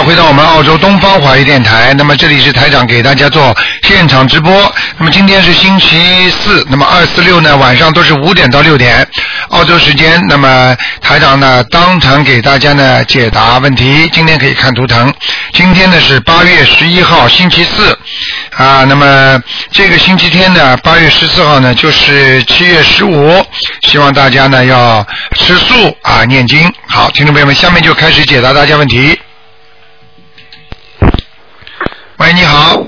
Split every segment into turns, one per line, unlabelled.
回到我们澳洲东方华语电台。那么这里是台长给大家做现场直播。那么今天是星期四，那么二四六呢晚上都是五点到六点，澳洲时间。那么台长呢当场给大家呢解答问题。今天可以看图腾。今天呢是八月十一号星期四啊，那么这个星期天呢八月十四号呢就是七月十五，希望大家呢要吃素啊念经。好，听众朋友们，下面就开始解答大家问题。喂，你好，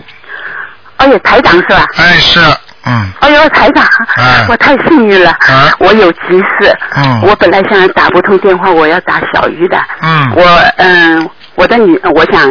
哎呦，台长是吧？
哎，是，嗯，
哎呦，台长，
哎
我太幸运了，
啊
我有急事。
嗯
我本来想打不通电话，我要打小鱼的。
嗯
我嗯、我的女，我想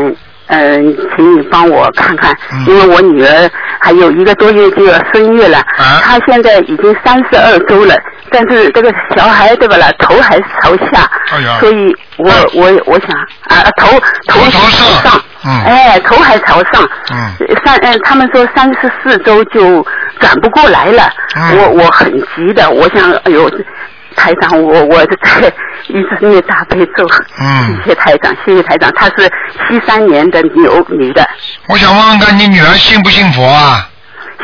嗯、请你帮我看看，
嗯
因为我女儿还有一个多月就要生月了，
啊
她现在已经三十二周了，但是这个小孩对吧啦，头还是朝下，
哎呀
所以我、
哎
我我想啊，头
头
头
朝上嗯
哎，头还朝上，
嗯
三嗯，他们说三十四周就转不过来了，
嗯
我我很急的，我想，哎呦，台长，我我这个一直念大悲咒，
嗯
谢谢台长，谢谢台长，她是七三年的牛女的，
我想问问看你女儿信不信佛啊？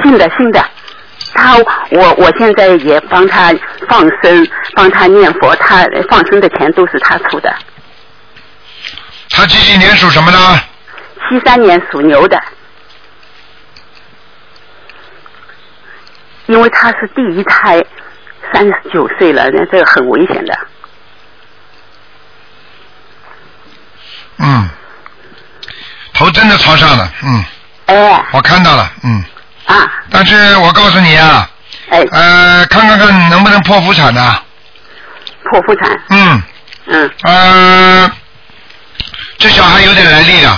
信的信的，她我我现在也帮她放生，帮她念佛，她放生的钱都是她出的，
她几几年属什么呢？
七三年属牛的，因为他是第一胎，三十九岁了，那这个很危险的。
嗯，头真的朝上了，嗯，
哎
我看到了，嗯，
啊
但是我告诉你啊，
哎，
呃，看看看能不能剖腹产呢、
剖腹产，
嗯，
嗯，
呃，这小孩有点来历的，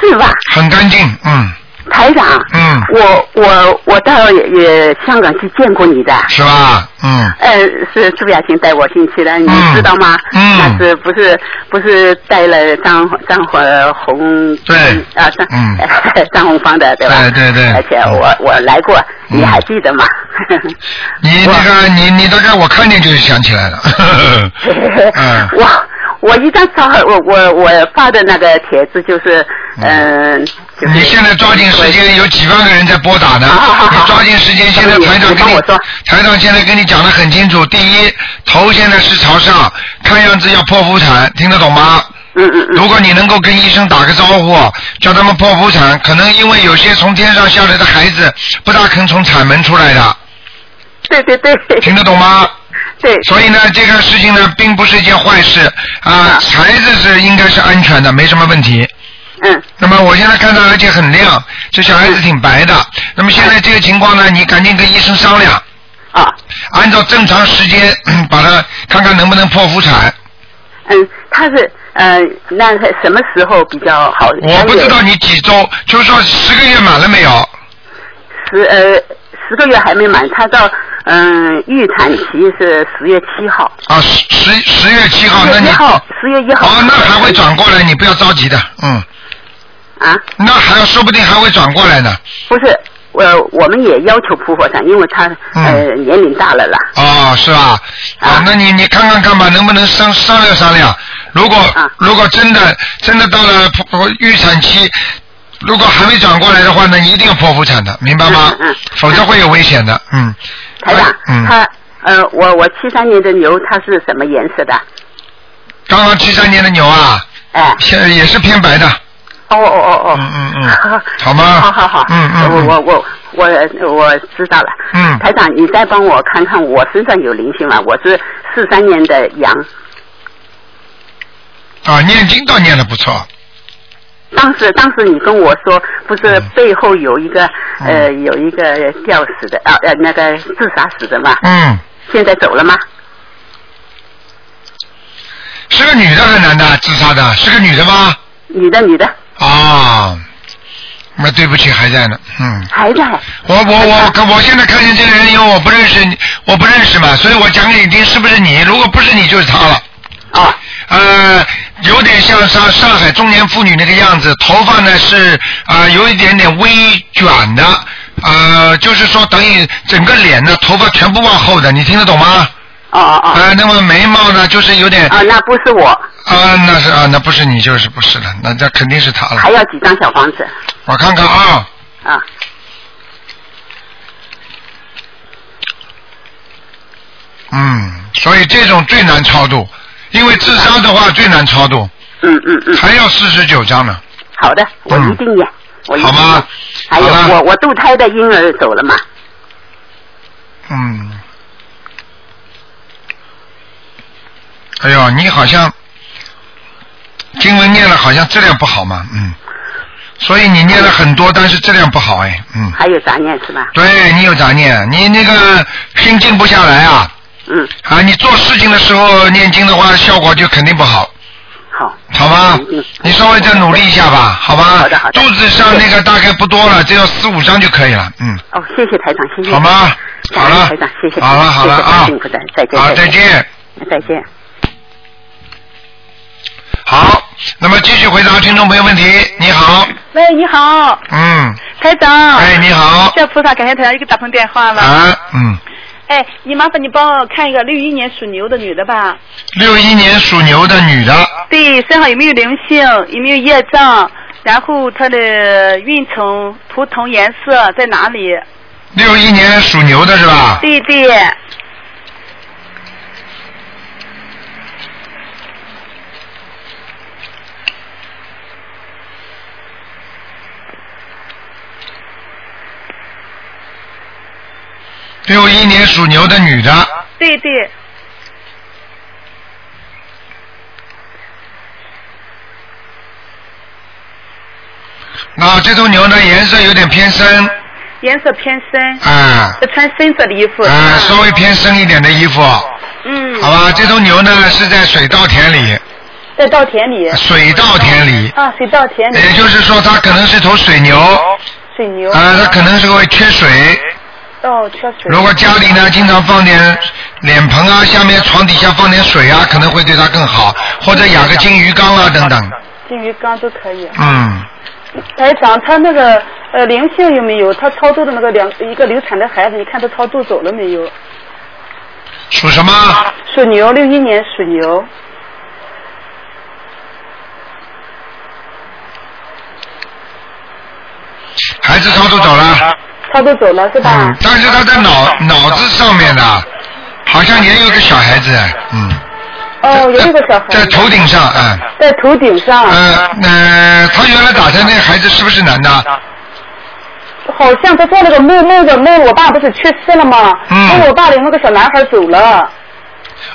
是吧？
很干净，嗯
台长，
嗯，
我我我到也也香港去见过你的。
是吧？嗯，
呃，是朱亚琴带我进去的，你
嗯
知道吗？
嗯
那是不是不是带了张张呃红
对
啊张
嗯
张红芳的对吧？
对对对
而且我我来过，
嗯
你还记得吗？
你那个你你大概我看见就想起来 了，嗯
我我一张照，我我我发的那个帖子就是嗯，就是
你现在抓紧时间，有几万个人在拨打呢。
好好好好
你抓紧时间，现在台长跟
啊你帮
你
我说
台长现在跟你讲的很清楚。第一，头现在是朝上，看样子要剖腹产，听得懂吗？
嗯嗯嗯
如果你能够跟医生打个招呼，叫他们剖腹产，可能因为有些从天上下来的孩子不大肯从产门出来的，
对对对
听得懂吗？
对
所以呢，这个事情呢，并不是一件坏事啊，
啊
孩子是应该是安全的，没什么问题。
嗯
那么我现在看到，而且很亮，这小孩子挺白的。那么现在这个情况呢，你赶紧跟医生商量，
啊
按照正常时间嗯把它看看能不能剖腹产。
嗯，他是呃那是什么时候比较好？
我不知道你几周，就是说十个月满了没有？
十呃十个月还没满，他到嗯预产期是十月七号，
啊，十十十月七号，
十
那
月
你
一号
哦，，
十月一号。
那还会转过来，你不要着急的，嗯，
啊？
那还说不定还会转过来呢。
不是，我我们也要求普佛产，因为他
嗯
呃年龄大了啦。
哦，是吧？啊
啊，
那你你看看看吧，能不能商商量商量？如果、
啊
如果真的真的到了剖剖预产期，如果还没转过来的话呢，你一定要剖腹产的，明白吗？
嗯嗯
否则会有危险的，嗯。
台长，
嗯，
他呃，我我七三年的牛，它是什么颜色的？
刚刚七三年的牛啊，
哎，
偏也是偏白的，
哦哦哦哦，
嗯 嗯嗯好
好
吗
好好好，
嗯嗯嗯
我我我我我知道了。
嗯
台长，你再帮我看看我身上有灵性吗？我是四三年的羊，
啊，念经倒念的不错，
当时当时你跟我说，不是
嗯
背后有一个、
嗯
呃有一个吊死的啊呃那个自杀死的嘛？
嗯，
现在走了吗？
是个女的还是男的？啊自杀的是个女的吗？
女的女的
啊、那对不起，还在呢，嗯。
还在。
我我我可我现在看见这个人，因为我不认识你，我不认识嘛，所以我讲给你听，是不是你？如果不是你，就是他了。
哦
呃，有点像上上海中年妇女那个样子，头发呢是啊、呃有一点点微卷的，呃，就是说等于整个脸呢头发全部往后的，你听得懂吗？
哦哦哦。
啊，那么眉毛呢，就是有点
啊，那不是我，
啊，那是啊，那不是你就是不是了，那那肯定是他
还
了。
要几张小房子
我看看啊，
啊？
嗯，所以这种最难超度，因为自杀的话最难超度，
嗯嗯嗯，
还要四十九张呢。
好的，我
嗯
一定念，我一定
好吗
念。还有
好了
我我堕胎的婴儿走了嘛？
嗯。哎呦，你好像经文念了，好像质量不好嘛，嗯。所以你念了很多，但是质量不好哎，嗯。
还有杂念是吧？
对你有杂念，你那个心静不下来啊
嗯，
啊！你做事情的时候念经的话，效果就肯定不好，
好，
好吗
嗯？
你稍微再努力一下吧，好吧？
好的好的
肚子上那个大概不多了，只有四五张就可以了，嗯，
哦，谢谢台长，谢谢。
好？吗？好了
台长，谢谢，
好了好了
谢谢
啊
辛苦的，再见，
好，再见。
再见。
好，那么继续回答听众朋友问题。你好，
喂，你好，
嗯，
台长。
哎，你好，
谢菩萨，感谢台长又给打通电话了。
啊，嗯，
哎，你麻烦你帮我看一个六一年属牛的女的吧。
六一年属牛的女的，
对，身上有没有灵性？有没有业障？然后她的运程、图腾颜色在哪里？
六一年属牛的是吧？
对对，
六一年属牛的女的，
对对，
那这头牛呢颜色有点偏深，
颜色偏深，
啊、
她穿深色的衣服。
啊、
是吧
稍微偏深一点的衣服，好
嗯，
吧？这头牛呢是在水稻田里，
在稻田里。
水稻田里，
啊，水稻田里，
也就是说它可能是头水牛，哎啊、
水牛。
它可能是会缺水，
哦，缺水。
如果家里呢经常放点脸盆啊，下面床底下放点水啊，可能会对它更好，或者养个金鱼缸啊等等。
金鱼缸都可以。
嗯，
台长，他那个呃灵性有没有？他超度的那个两一个流产的孩子，你看他超度走了没有？
属什么？
属牛，六一年属牛。
孩子超度走了。
超度走了是吧？
嗯，但是他在脑脑子上面的，好像也有个小孩子，嗯，
哦，有这个小孩
在
子嗯
头顶上，嗯，
在头顶上，
呃呃，他原来打胎那个孩子是不是男的？
好像他做了个梦，梦个梦，我爸不是去世了吗？
嗯
梦我爸领了个小男孩走了，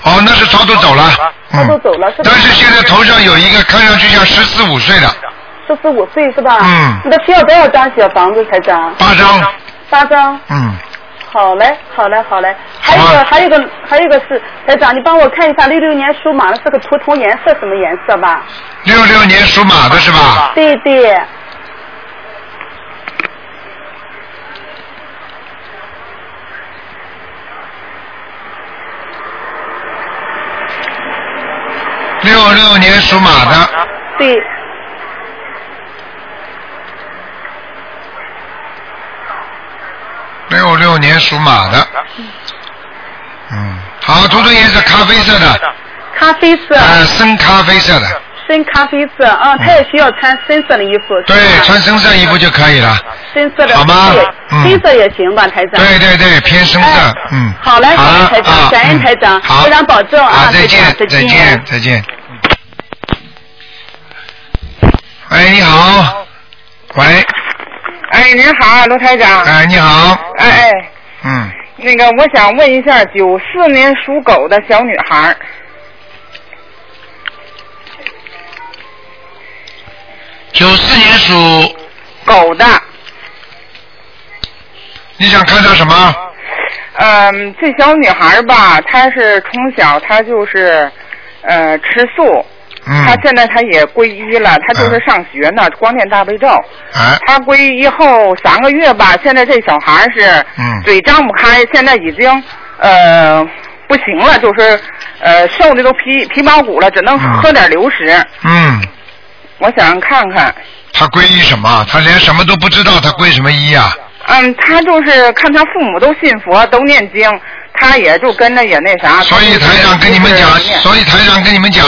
哦，那是超度走了，
超度
嗯，
走了是吧
但？是现在头上有一个看上去像十四五岁的，
四十五岁是吧？
嗯
那他需要多少张小房子，台长？
八张，
八张。
嗯。
好嘞，好嘞，好嘞。还有一
好
个，
啊
还有一个，还有一个是，台长，你帮我看一下六六年属马的这个图腾颜色什么颜色吧？
六六年属马的是吧？
对对，
六六年属马的，
对，
六六年属马的。嗯，好，图腾颜色咖啡色的，
咖啡色，
呃，深咖啡色的，
深咖啡色啊，他也需要穿深色的衣服，是
对，
吧
穿深色衣服就可以了。
深色的，
好吗嗯
黑色也行吧，台长。
对对对，偏深色
哎，
嗯。
好嘞，
好
好嘞，
了
台
啊
长，感恩
嗯
台长，
好
台长保重
好，
啊，
再
台长
见，再见，再见。喂，你好。喂，
哎，您好，卢台长。
哎，你好。
哎哎，
嗯，
那个我想问一下，九四年属狗的小女孩儿，
九四年属，
狗的，
你想看到什么？
嗯，这小女孩儿吧，她是从小她就是，呃，吃素，
嗯
她，现在她也皈依了，她就是上学呢，光念大悲咒。
哎，
她皈依后三个月吧，现在这小孩儿是
嗯
嘴张不开，现在已经呃不行了，就是呃瘦的都皮皮包骨了，只能
嗯
喝点流食。
嗯。
我想看看。
他皈依什么？他连什么都不知道，他皈什么依啊？
嗯，他就是看他父母都信佛，都念经，他他也就跟着也那啥。
所以台长跟你们讲
就是，
所以台长跟你们讲，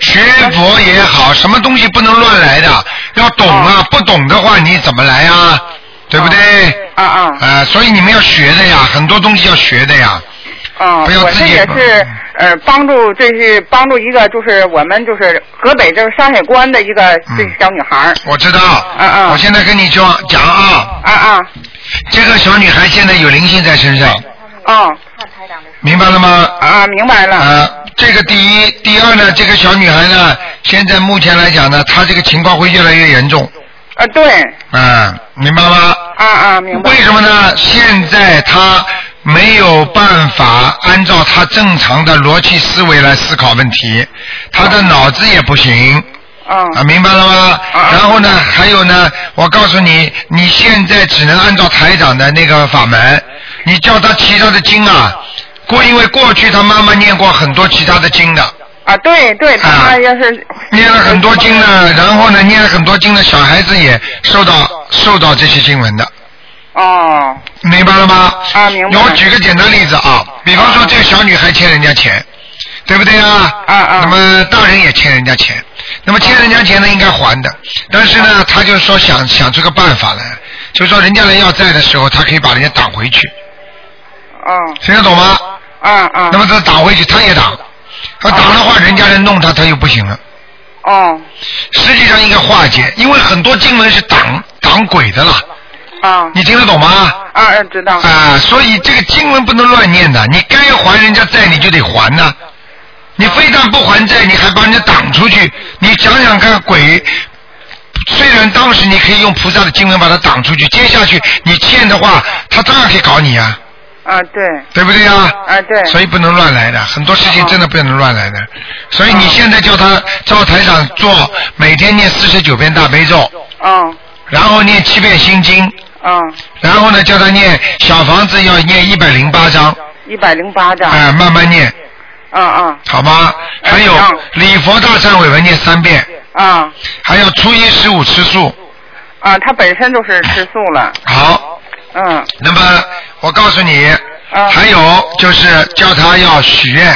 学佛也好，
哦
什么东西不能乱来的，要懂啊，不懂的话你怎么来啊？对不对？
啊啊
啊，所以你们要学的呀，很多东西要学的呀。
啊！
不要
我
自
这
己
也
吧
是呃帮助，这是帮助一个就是我们就是河北这个山海关的一个这
嗯
小女孩儿。
我知道，
嗯嗯
我现在跟你讲讲啊，
啊啊
这个小女孩现在有灵性在身上，
哦
明白了吗？
啊！明白了。
啊，这个第一，第二呢，这个小女孩呢，
哎
现在目前来讲呢，她这个情况会越来越严重，
啊，对，
啊，明白吗？
啊啊，明白
为。什么呢？现在她没有办法按照她正常的逻辑思维来思考问题，她的脑子也不行。
嗯
啊，明白了吗？
啊
然后呢，还有呢，我告诉你，你现在只能按照台长的那个法门，你叫他其他的经啊，过因为过去他妈妈念过很多其他的经的，
啊，对对，他
啊
妈要是
念了很多经呢，然后呢念了很多经呢，小孩子也受到受到这些经文的，
哦
明白了吗？
啊明白
我举个简单例子啊，比方说这个小女孩欠人家钱，对不对啊？
啊啊
那么大人也欠人家钱，那么欠人家钱呢应该还的，但是呢，他就说想想出个办法来，就说人家来要债的时候，他可以把人家打回去，
哦
听得懂吗？
啊啊
那么他打回去，他也打，他打的话，人家来弄他，他又不行了。
哦
实际上应该化解，因为很多经文是挡挡鬼的啦，
啊
你听得懂吗？
啊，知道
啊、所以这个经文不能乱念的，你该还人家债你就得还呐、你非但不还债，你还把人家挡出去，你想想看，鬼虽然当时你可以用菩萨的经文把他挡出去，接下去你欠的话，他照样可以搞你啊，
啊，对
对不对啊？
啊对
所以不能乱来的，很多事情真的不能乱来的。所以你现在叫他照台上做，每天念四十九遍大悲咒，
哦
然后念七遍心经，
哦，
然后呢叫他念小房子要念一百零八章，
一百零八
哎、
张，
慢慢念，
啊啊
好吗？还有
嗯
礼佛大忏悔文念三遍，
啊
还有初一十五吃素。
啊，他本身就是吃素了，
好，
嗯
那么我告诉你，
嗯
还有就是叫他要许愿。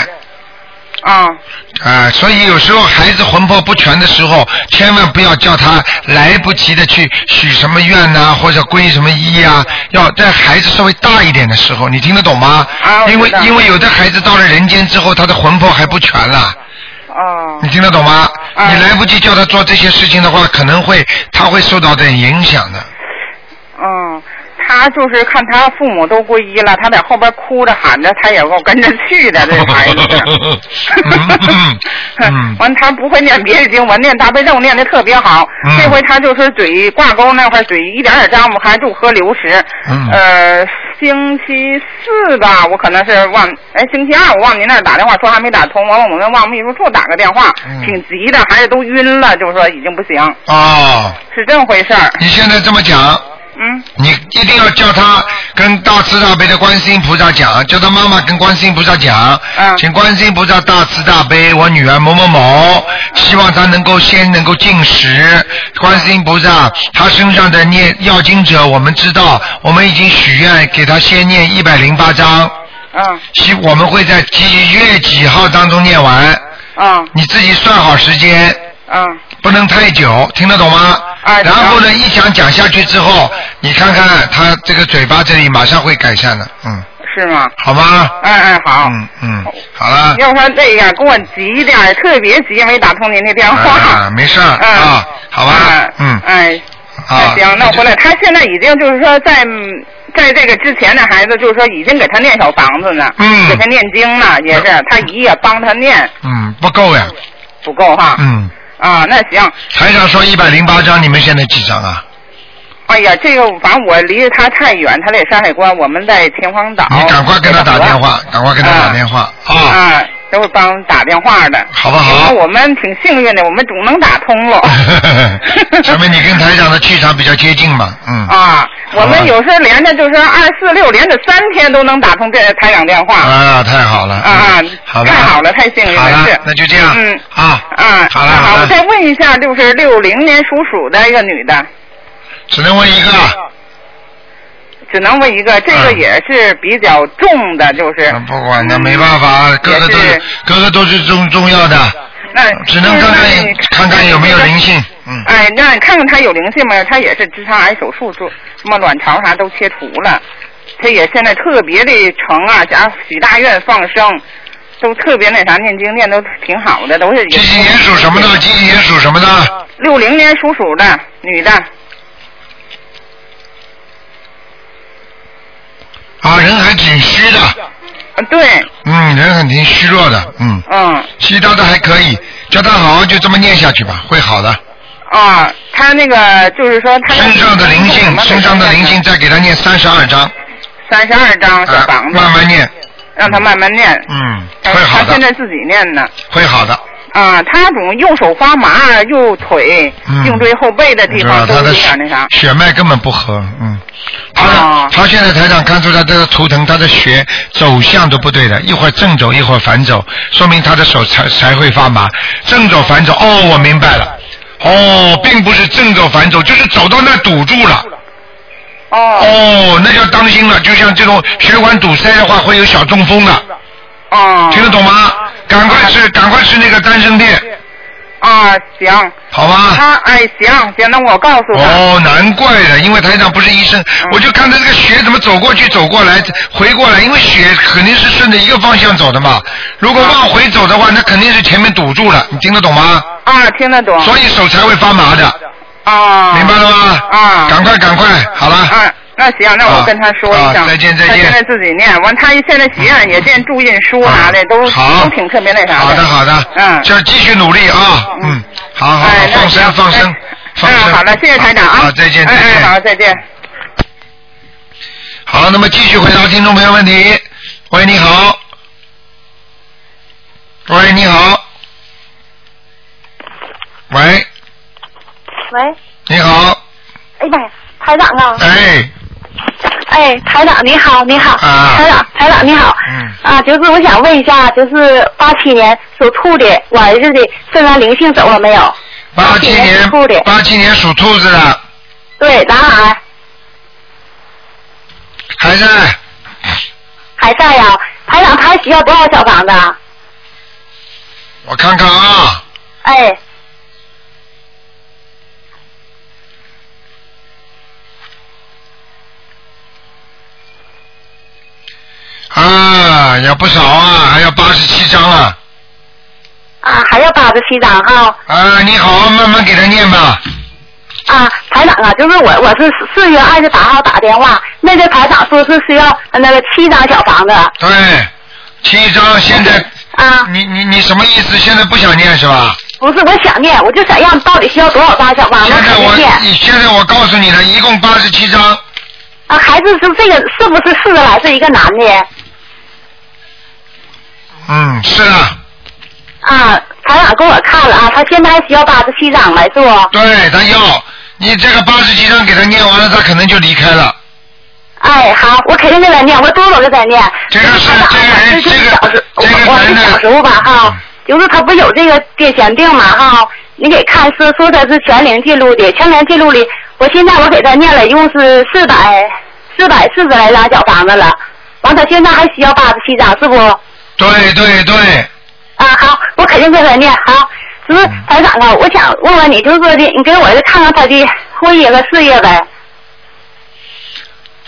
啊
啊、所以有时候孩子魂魄不全的时候，千万不要叫他来不及的去许什么愿呐、或者归什么依啊。要在孩子稍微大一点的时候，你听得懂吗？
啊我
因为
知道
因为有的孩子到了人间之后，他的魂魄还不全了，
哦
你听得懂吗？
啊
你来不及叫他做这些事情的话，可能会他会受到点影响的。
嗯。他就是看他父母都皈依了，他在后边哭着喊着，他也够跟着去的。这孩子
嗯嗯，
完他不会念别的经，我念大悲咒念的特别好。
嗯
这回他就是嘴挂钩那块儿嘴一点点张不开，就喝流食。
嗯
呃，星期四吧，我可能是忘，哎，星期二我往您那儿打电话说还没打通，完了我们往秘书处打个电话，
嗯
挺急的，孩子都晕了，就是说已经不行，
哦，
是这么回事儿。
你现在这么讲，
嗯，
你一定要叫他跟大慈大悲的观世音菩萨讲，叫他妈妈跟观世音菩萨讲，
嗯
请观世音菩萨大慈大悲，我女儿某某某，希望她能够先能够进食。观世音菩萨，她身上的念要经者，我们知道，我们已经许愿给她先念一百零八章，
嗯
希我们会在几月几号当中念完，
嗯
你自己算好时间。
嗯
不能太久，听得懂吗？
哎
然后呢，一讲讲下去之后，你看看他这个嘴巴这里马上会改善的，嗯，
是吗？
好吗？
哎哎好。
嗯嗯，好了。
要说这样，给我急的，特别急，没打通您的电话。
啊，没事儿
嗯
啊，好吧
哎，
嗯，
哎，
啊，
行，那我回来。他现在已经就是说在嗯在这个之前的孩子，就是说已经给他念小房子呢，
嗯
给他念经呢，也是他姨也帮他念，
嗯，不够呀，
不够哈。
嗯，
啊，那行，
台长说一百零八张，你们现在几张啊？
哎呀，这个反正我离他太远，他在山海关，我们在秦皇岛。
你赶快跟他打电话，赶快跟他打电话 啊，
啊，都会帮打电话的。
好不好。
那？我们挺幸运的，我们总能打通了
说明你跟台长的气场比较接近嘛，嗯，
啊，我
好吧
们有时候连着就是二四六连着三天都能打通这呃台长电话。
啊，太好了，
啊啊
嗯好了，
太好了，太幸运
好
了，
了
是，。
那就这样。
嗯
啊。
啊，
好了嗯
那
好
好，我再
了，
问一下，就是六零年属鼠的一个女的，
只能问一个。
只能问一个，这个
嗯
也是比较重的，就是
啊不管那没办法，各个都
嗯也是
各个都是重重要的，
嗯那
只能看
那
看
你
看看有没有灵性。嗯，
哎，那你看看他有灵性吗？他也是直肠癌手术做，什么卵巢啥都切除了，他也现在特别的诚啊，想许大愿放生，都特别那啥，念经念都挺好的，都是
几几年属什么的？几几年属什么的？
六零年属鼠的女的，
啊，人还挺虚的，
嗯对，
嗯，人很挺虚弱的，嗯，
嗯
其他的还可以，叫他好好就这么念下去吧，会好的。
啊，他那个就是说他
身上的灵性，身上的灵性，再给他念三十二章，
三十二张小
啊，
房子，
慢慢念，
让他慢慢念，
嗯，
他
会好
他现
的，
在自己念呢。
会好的。
啊，他总右手发麻，右腿、
嗯
颈椎后背的地
是吧？
方都
他
有
的
点那啥。
血脉根本不合，嗯，他的、
哦
他现在台长看出他这个图腾，他的血走向都不对的，一会儿正走，一会儿反走，说明他的手才才会发麻，正走反走，哦，我明白了，哦，并不是正走反走，就是走到那儿堵住了，
哦
哦，那要当心了，就像这种血管堵塞的话，会有小中风的，
哦
听得懂吗？赶快吃，赶快吃那个丹参片，
啊，行，
好吧？
他哎行行，那我告诉他。
哦，难怪的，因为台长不是医生，
嗯
我就看他这个血怎么走过去、走过来、回过来，因为血肯定是顺着一个方向走的嘛。
嗯
如果往回走的话，那肯定是前面堵住了，你听得懂吗？
啊，听得懂。
所以手才会发麻的，
啊，
明白了吗？
啊
赶快赶快，好了，
啊，那行，那我跟他说一
啊
声。
再见再
他
见嗯
现在自己念，完他现在许愿也念注印书啥的，都
啊好，
都挺特别那啥
好的好的，
嗯
就继续努力啊，嗯，好好好
哎，，那
放生
行
放生
哎
放
嗯
生。
好了，谢谢台长啊。
好，再见再
哎
见。
哎，好，再见。
好，那么继续回答听众朋友问题。喂，你好。喂，你好。喂，
喂，
你好。
哎呀妈呀，台长啊！
哎，
哎，台长你好，你好，
啊
台长，台长你好。
嗯
啊，就是我想问一下，就是八七年属兔的我儿子的身上灵性走了没有？
八七年
属兔的，
八七年属兔子的
对，男孩
还在
还在呀、台长，他需要多少小房子啊？
我看看啊，
哎，
啊，要不少啊，还要八十七张啊。
啊，还要八十七张哈。
啊，你好好慢慢给他念吧。
啊，台长啊，就是我，我是四月二十八号打电话，那个台长说是需要呃那个七张小房子。
对，七张现在，
啊，
你你你什么意思？现在不想念是吧？
不是，我想念，我就想让到底需要多少张小房子
现在
才能
我
念。
你现在我告诉你了，一共八十七张，
啊，孩子是这个是不是四个来是一个男的？
嗯，是啊，
啊，台长给我看了啊，他现在还需要八十七张来做。
对他要你这个八十七张给他念完了，他可能就离开了。
哎，好，我肯定给他念，我多少给他念。
这个是
台长啊
这个人
就是
这个
小时
这个
我我
人
是
呢
小时候吧哈
嗯，
就是他不有这个癫痫病嘛哈，你给看说说他是全龄记录的，全龄记录里，我现在我给他念了，一共是四百四百四十来张小房子了，完他现在还需要八十七张是不？
对对对，
啊，好，我肯定给他念好。就是
嗯
台长啊，我想问问你，就是说的，你给我儿子看看他的婚姻和事业呗。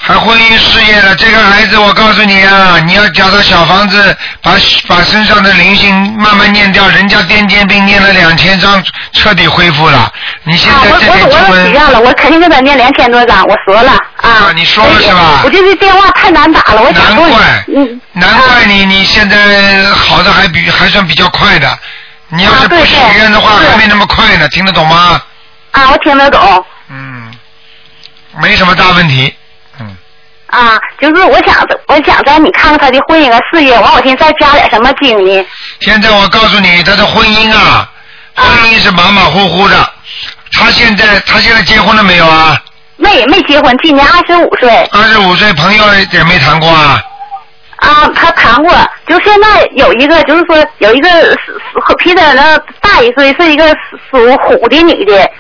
还婚姻事业了。这个孩子，我告诉你啊，你要叫他小房子，把把身上的灵性慢慢念掉。人家癫痫病念了两千张，彻底恢复了。你现
啊，
在
我
这
我
点
我
经
我许
文，
愿了，我肯定给他念两千多张，我说了啊
啊。你说了
所以
是吧
我就是电话太难打了，我想
难
问你
怪，
嗯，
难怪你你现在好的还比还算比较快的。你要
啊
是不
对
许
对
愿的话，
是
还没那么快呢，听得懂吗？
啊，我听得懂
嗯，没什么大问题。嗯，
啊，就是我想我想在你看看他的婚姻和事业，完我先再加点什么经呢？
现在我告诉你，他的婚姻啊，婚姻是马马虎虎的。他现在他现在结婚了没有啊？
没没结婚，今年二十五岁
二十五岁，朋友也没谈过啊。
啊，他谈过，就现在有一个就是说有一个是是比他那大一岁，是一个属虎的女的，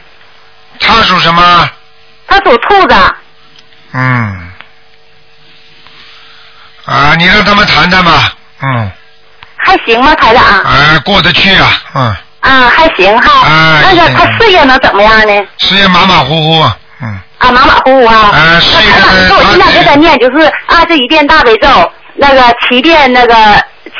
他属什么？
她属兔子。
嗯，啊你让他们谈谈吧，嗯，
还行吗，台长？
哎，过得去啊，嗯，
啊，还行哈。
哎
那个
行
他事业能怎么样呢？
事业马马虎虎，嗯，
啊，马马虎虎啊。
哎
那
事业
台长，你说我现在给他念就是二十一遍大悲咒，那个七遍那个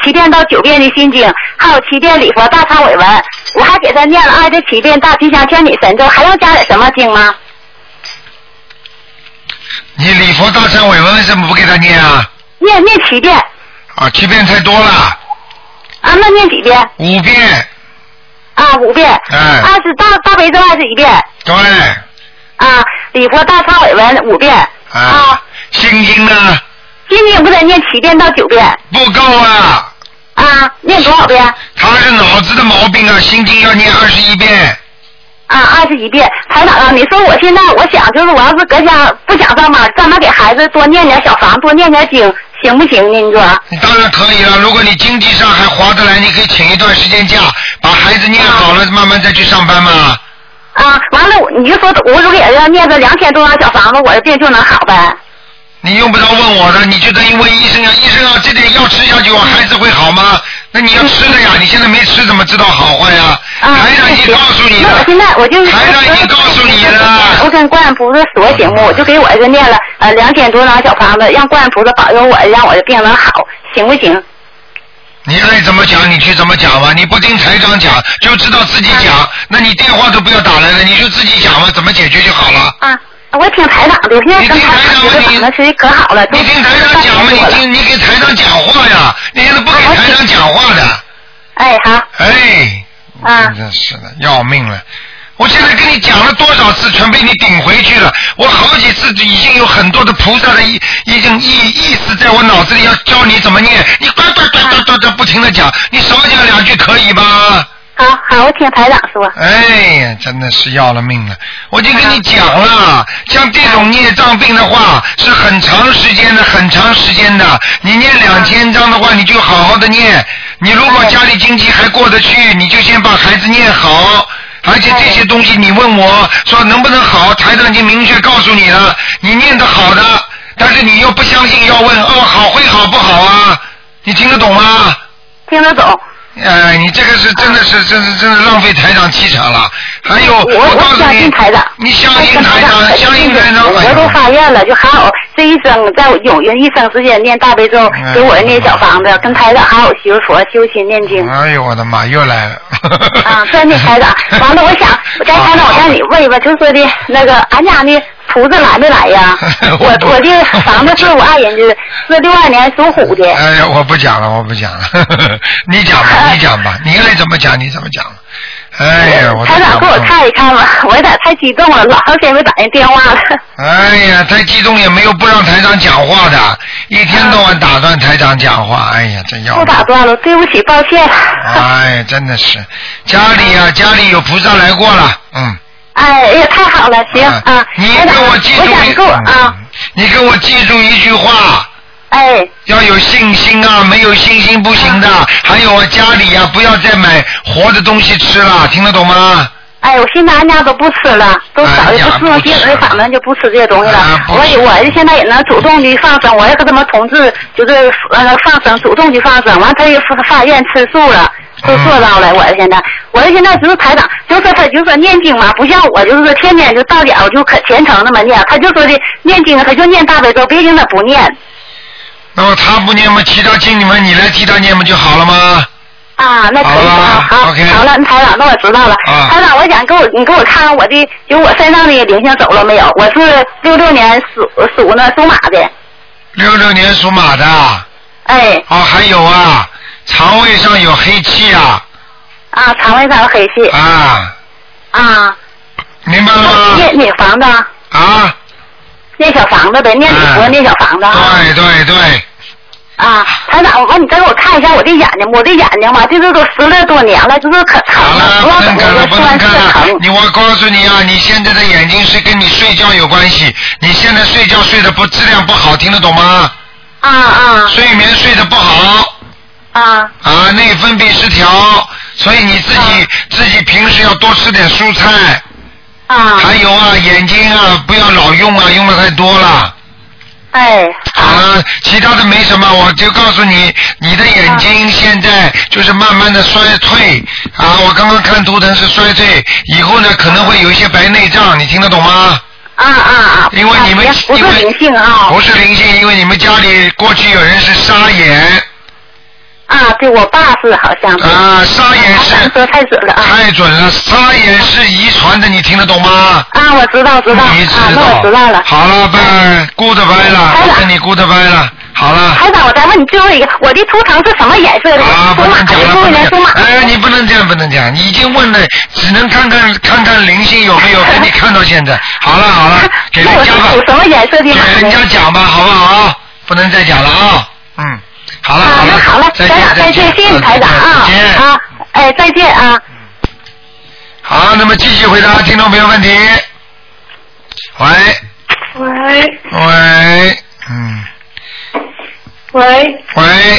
七遍到九遍的心经，还有七遍礼佛大忏悔文，我还给他念了二十七遍大吉祥天女神咒，还要加点什么经吗？
你礼佛大忏悔文为什么不给他念啊？
念念七遍
啊，七遍太多了，
啊，那念几遍
五遍，
啊？五遍。
哎
二十大大悲咒二十一遍
对，
啊，礼佛大忏悔文五遍
啊，心经呢
心经不得念七遍到九遍
不够啊，
啊？念多少遍？
他是脑子的毛病啊，心经要念二十一遍，
啊，二十一遍。台长啊，你说我现在我想就是我要是搁家不想上班，干嘛给孩子多念点小房，多念点经，行不行呢？你说
你当然可以了。如果你经济上还划得来，你可以请一段时间假，把孩子念好了，慢慢再去上班嘛。
啊？完了，我你就说我如果给他念个两千多张小房子，我的病就能好呗？
你用不着问我的，你就等于问医生啊，医生啊，这点药吃下去，我孩子会好吗？那你要吃的呀，你现在没吃怎么知道好坏呀？
啊，
台长已经告诉你
那我
了，
现在我就是
台长已经告诉你了
我跟观音菩萨说行不？我就给我儿子念了呃两千多张小房子，让观音菩萨保佑我，让我的病能好，行不行？
你爱怎么讲你去怎么讲吧，你不听台长讲就知道自己讲，
哎
那你电话都不要打来了，你就自己讲吧，怎么解决就好了。
啊，我挺台长的，我现在跟台长学的长得学习可好了，都
你听台长讲嘛，
我
你
了。
听你给台长讲话呀，你现在不给台长讲话的，
哎，好，
哎，
啊
真是的，要命了。我现在跟你讲了多少次，全被你顶回去了。我好几次已经有很多的菩萨的意，已经意意思在我脑子里要教你怎么念，你呱呱呱呱呱呱不停的讲，你少讲两句可以吧？
好，好，我听台长说。
哎呀，真的是要了命了！我已经跟你讲了，像这种孽障病的话，是很长时间的，很长时间的。你念两千章的话，你就好好的念。你如果家里经济还过得去，你就先把孩子念好。而且这些东西，你问我说能不能好，台长已经明确告诉你了，你念得好的，但是你又不相信，要问哦好会好不好啊？你听得懂吗？
听得懂。
哎，你这个是真的是，真是真是浪费台长气场了。还有，
我
告
我
诉
相
你
信台长，
你相信
跟
台长，相信台长。哎
我
呦
都发愿了，就还好这一生，在我有人一生之间念大悲咒，
哎
给我念小房子，跟台长还有学佛修心念经。
哎呦我的妈，又来了。？
啊，真的台长。完了，我想，我再台长，我让你问一问，就说的那个俺家的菩萨来没来呀 我
我
我的房子是我爱人的，是六二年属虎的。
哎呀，我不讲了，我不讲了。 你讲吧，你讲吧，你爱怎么讲你怎么讲。哎呀，我都
台
讲
长
不
给我
动
看一看吧，我有点太激动了，老长时间没打人电话了。
哎呀，太激动也没有不让台长讲话的，一天到晚打断台长讲话，哎呀，真要
不
命。
打断了，对不起，抱歉。
哎，真的是，家里啊，家里有菩萨来过了，嗯。
哎呀，太好了，行
啊
啊。
你
台长
跟我记住
我想
一
你给我啊，
嗯你跟我记住一句话，
哎，
要有信心啊，没有信心不行的。还有啊，家里啊，不要再买活的东西吃了，听得懂吗？
哎，我现在俺家都不吃了，都早
哎
就
呀
不自从
不吃
接触这法门就不吃这些东西了。
啊不吃
我也我儿子现在也能主动的放生，我也跟他们同志就是呃放生，主动的放生，完他也发发愿吃素了。
嗯
都做到了，我儿子现在，我儿子现在就是台长，就是他就是说念经嘛，不像我就是天天就到点儿我就可虔诚那么念，他就说的念经他就念大悲咒，别经他不念
那么他不念嘛，其他经你们你来替他念不就好了吗？
啊，那可以啊，
好了
好，
OK
好了，那台长，那我知道了。
啊
台长，我想给我你给我看看我的，就我身上的灵性走了没有？我是六六年属属那属马的，
六六年属马的，哦，
哎
还有啊，肠胃上有黑气啊，
啊，肠胃上有黑气
啊，
啊，
明白了
念
吗？
哦念房子，
啊，
念小房子呗，念礼佛，
哎
念小房子啊。
对对对，
啊，台长，我问你再给我看一下我的眼睛，我的眼睛吧，这都都十来多年了，就是可疼
好了，
不
不
知道
能
怎
看
么
了，
的，
不
突
能
然
看
特
了
疼。。
你我告诉你啊，你现在的眼睛是跟你睡觉有关系。你现在睡觉睡得不质量不好，听得懂吗？
啊啊
睡眠睡得不好
啊
啊，内分泌失调，所以你自己自己平时要多吃点蔬菜。
啊
还有啊，眼睛啊，不要老用啊，用的太多了。
哎，
啊，其他的没什么，我就告诉你，你的眼睛现在就是慢慢的衰退啊。我刚刚看图腾是衰退，以后呢可能会有一些白内障，你听得懂吗？
啊啊啊！
因为你们
啊别不
因为
是灵性啊
不是灵性，因为你们家里过去有人是沙眼
啊！对我爸是好像是，
啊，沙眼
他
是
说太准了啊！
太准了，沙眼是遗传的，你听得懂吗？
啊，我知道知道
你知
啊，那我知道了。
好了，拜，goodbye 了，
拜了
我跟你 goodbye 了，好了。
台长，我再问你最后一个，我的图腾是什么颜色的？
啊，不
属马
能
的，
讲了，
公
不
务
能
员属
讲。
马的。
哎，你不能这样，不能这样，你已经问了，只能看看看看灵性有没有给你看到现在。好了好了，给
啊
人
那我
家
是
吧
属，什么颜色
给
的马
人
呢？
家讲吧，好不好？不能再讲了啊，嗯，好了
啊，
了
那，好了，
再
台
见
长再见，谢谢你台长啊
再见。
啊，哎，再见啊。
好，那么继续回答听众朋友问题。喂
喂
喂，嗯，
喂，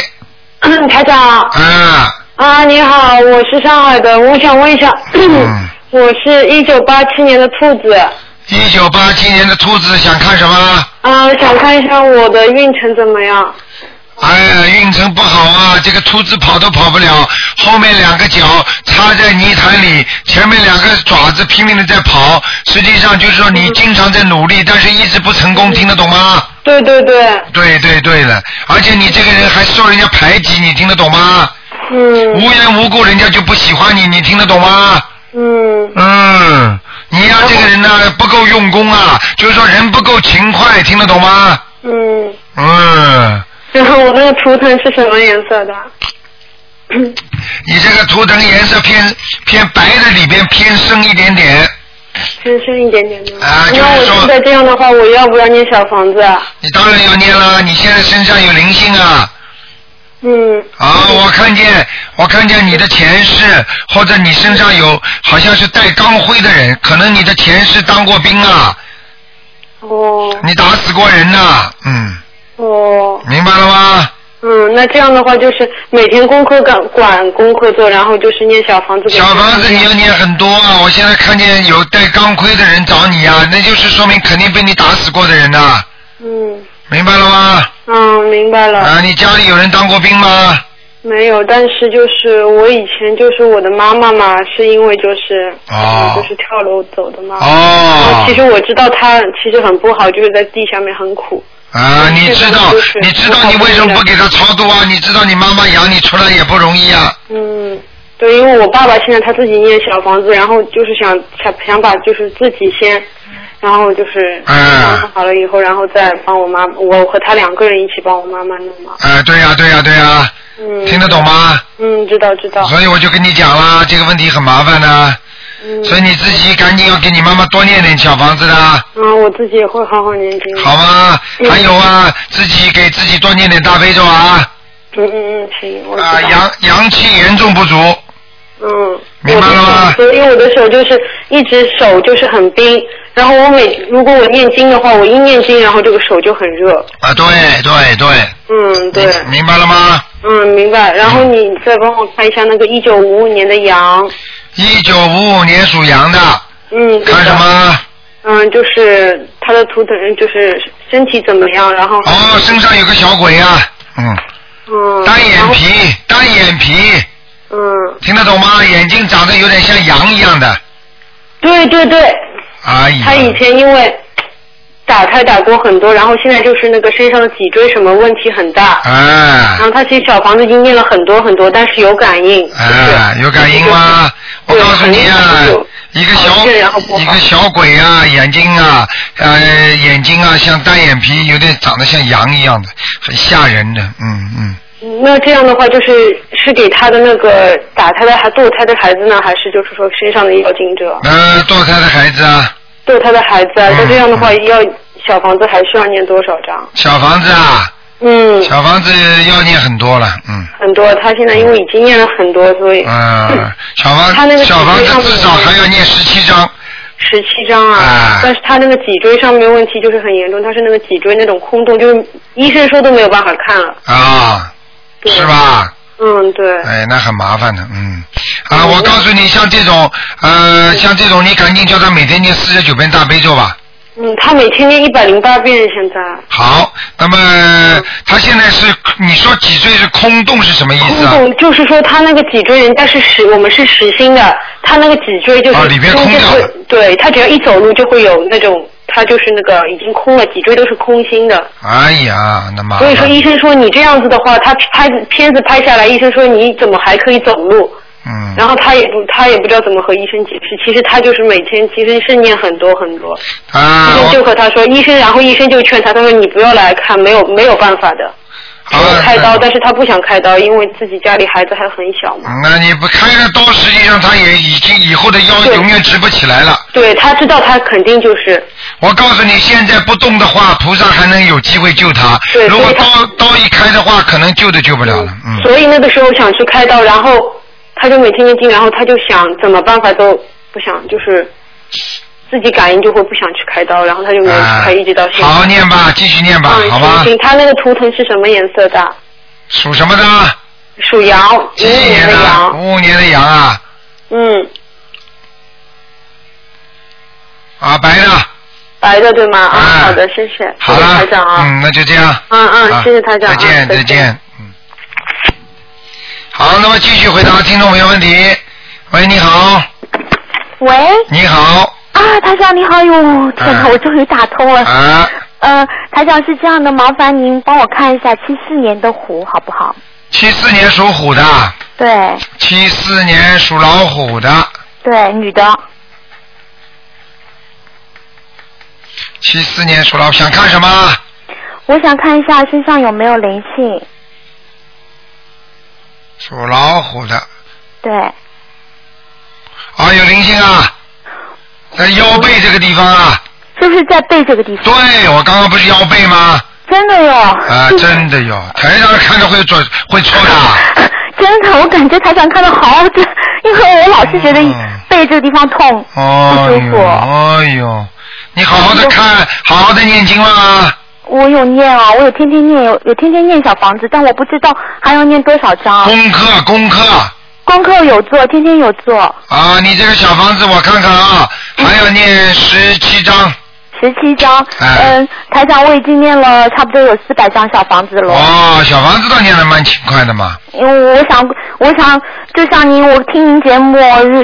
喂，
台长
啊，
啊，你好，我是上海的，我想问一下，
嗯
我是一九八七年的兔子，
一九八七年的兔子想看什么？
啊，想看一下我的运程怎么样？
哎呀，运程不好啊！这个兔子跑都跑不了，后面两个脚插在泥潭里，前面两个爪子拼命的在跑。实际上就是说你经常在努力，但是一直不成功，听得懂吗？
对对对，
对对对了，而且你这个人还受人家排挤，你听得懂吗？
嗯
无缘无故人家就不喜欢你，你听得懂吗？
嗯
嗯，你呀、这个人呢不够用功啊，就是说人不够勤快，听得懂吗？
嗯，
嗯。
然后我那个图腾是什么颜色的？
你这个图腾颜色偏偏白的里边偏深一点点，
深深一点点的。
啊就是
那我
说
现在这样的话，我要不要念小房子啊？
你当然要念啦。你现在身上有灵性啊，
嗯
啊，我看见我看见你的前世或者你身上有好像是带钢盔的人，可能你的前世当过兵啊，
哦
你打死过人呐、嗯，
哦
明白了吗？
嗯，那这样的话就是每天功课管管功课做，然后就是念小房子给自己。
小房子你要念很多啊，我现在看见有带钢盔的人找你啊，那就是说明肯定被你打死过的人呐、
嗯
明白了吗？
嗯，明白了。
啊，你家里有人当过兵吗？
没有，但是就是我以前就是我的妈妈嘛，是因为就是、
哦
嗯就是跳楼走的嘛。然
哦
后其实我知道她其实很不好，就是在地下面很苦。
啊，你知道
这个就是，
你知道你为什么不给他超度啊？你知道你妈妈养你出来也不容易啊。
嗯，对，因为我爸爸现在他自己念小房子，然后就是想想想把就是自己先，然后就是
嗯
好了以后，然后再帮我妈，我和他两个人一起帮我妈妈弄嘛。
啊，对呀、对呀、对呀、
嗯，
听得懂？吗？
嗯，知道知道。
所以我就跟你讲啦，这个问题很麻烦的、
嗯
所以你自己赶紧要给你妈妈多念点小房子的，
嗯，我自己也会好好念经。
好。吗？
嗯
还有啊，自己给自己多念点大悲咒啊，
嗯嗯嗯，行，我知道。
啊，阳阳气严重不足，
嗯，
明白了吗
所以我的手就是一直手就是很冰，然后我每如果我念经的话，我一念经，然后这个手就很热。
啊，对对对，
嗯，对，
明明白了吗？
嗯，明白。然后你再帮我看一下那个一九五五年的羊，
一九五五年属羊的，
嗯，对的
看什？么？
嗯，就是他的图腾，就是身体怎么样？然后
哦，身上有个小鬼啊，嗯，
嗯，
单
然
眼
后，
皮，单眼皮，
嗯，
听得懂吗？眼睛长得有点像羊一样的，
对对对，
哎呀，
他以前因为打胎打过很多，然后现在就是那个身上的脊椎什么问题很大，
哎
然后他其实小房子已经念了很多很多，但是有感应。
哎，有感应吗？我
嗯对嗯
告诉你啊
很有，
一个小
好运然后不好
一个小鬼啊，眼睛啊，呃，眼睛啊，像单眼皮，有点长得像羊一样的，很吓人的，嗯嗯。
就是那这样的话，就是是给他的那个打胎的还堕胎的孩子呢，还是就是说身上的要经者
呃，堕胎的孩子啊，
堕胎的孩子啊？
嗯
那这样的话，要小房子还需要念多少张？
小房子啊，
嗯，
小房子要念很多了，嗯。
很多。他现在因为已经念了很多，所以
嗯，小
他那
房
个
小房
纸上
子
面
至少还要念十七章，
十七张啊。
啊
但是他那个脊椎上面问题就是很严重，他是那个脊椎那种空洞，就是医生说都没有办法看了。
啊，
对
是？吧？
嗯，对。
哎，那很麻烦的，嗯。啊，
嗯
我告诉你，像这种，呃，像这种，你赶紧叫他每天念四十九遍大悲咒吧。
嗯，他每天念一百零八遍，现在
好，那
嗯
么他现在是你说脊椎是空洞是什么意
空
思啊？
洞就是说他那个脊椎人家是实，我们是实心的，他那个脊椎就是
啊里边
中
空
间
掉了
会，对他只要一走路就会有那种，他就是那个已经空了，脊椎都是空心的。
哎呀，那麻
所
烦
以说，医生说你这样子的话，他拍片子拍下来，医生说你怎么还可以走路？
嗯，
然后他也不他也不知道怎么和医生解释，其实他就是每天其实是念很多很多，
啊
医，生就
我
和他说，医生然后医生就劝他，他说你不要来看，没有没有办法的，只
好了啊嗯
能开刀，但是他不想开刀，因为自己家里孩子还很小嘛。
那你不开了刀，实际上他也已经以后的腰
对
永远直不起来了。
对他知道他肯定就是
我告诉你，现在不动的话，菩萨还能有机会救他
对。
如果
所以他
刀刀一开的话，可能救都救不了了。嗯，
所以那个时候想去开刀，然后他就每天念经，然后他就想怎么办法都不想，就是自己感应就会不想去开刀，然后他就没有去
啊
哎开，一直到，现在。
好好念吧，继续念吧，
嗯，
好吧
行。行，他那个图腾是什么颜色的？
属什么的？
属羊，
几几
五五
年
年的
的？
羊。
五五年的羊啊，
嗯，
啊，白的。
白的对吗？啊，
啊
好的，谢谢，
好
谢谢
了，
台长啊。
嗯，那就这样。
嗯嗯
啊
谢谢台长啊
再见，再
再见
见。嗯。好，那么继续回答听众朋友问题。喂，你好，
喂，
你好，
啊，台长你好哟！天哪，
嗯
我终于打通了。
啊，
呃，台长是这样的，麻烦您帮我看一下七四年的虎好不好？
七四年属虎的，
对
七四年属老虎的，
对，女的，
七四年属老虎，想看什么？
我想看一下身上有没有灵性。
属老虎的，
对，
啊，有灵性啊，在腰背这个地方啊。
就是在背这个地方，
对，我刚刚不是腰背吗？
真的哟。
啊，真的有，台上看着会准 会错的。
真的，我感觉台长看的好准， 因为我老是觉得
嗯
背这个地方痛。
哦
不舒服
呦，哎呦，你好好的看，好好的念经了吗？
我有念啊，我有天天念，有有天天念小房子，但我不知道还要念多少章。
功课，功课
功课有做，天天有做，
啊！你这个小房子我看看啊，还要念十七章。
十七章。
哎
嗯，台长，我已经念了差不多有四百张小房子了。
哦，小房子倒念的蛮勤快的嘛。
因为我想，我想，就像您，我听您节目，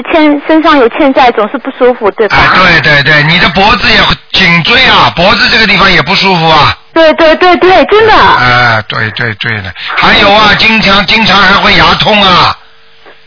欠身上有欠债，总是不舒服，对吧？
哎，对对对，你的脖子也颈椎啊，脖子这个地方也不舒服啊。
对对对对真的。
啊，对对对的，还有啊，经常经常还会牙痛啊。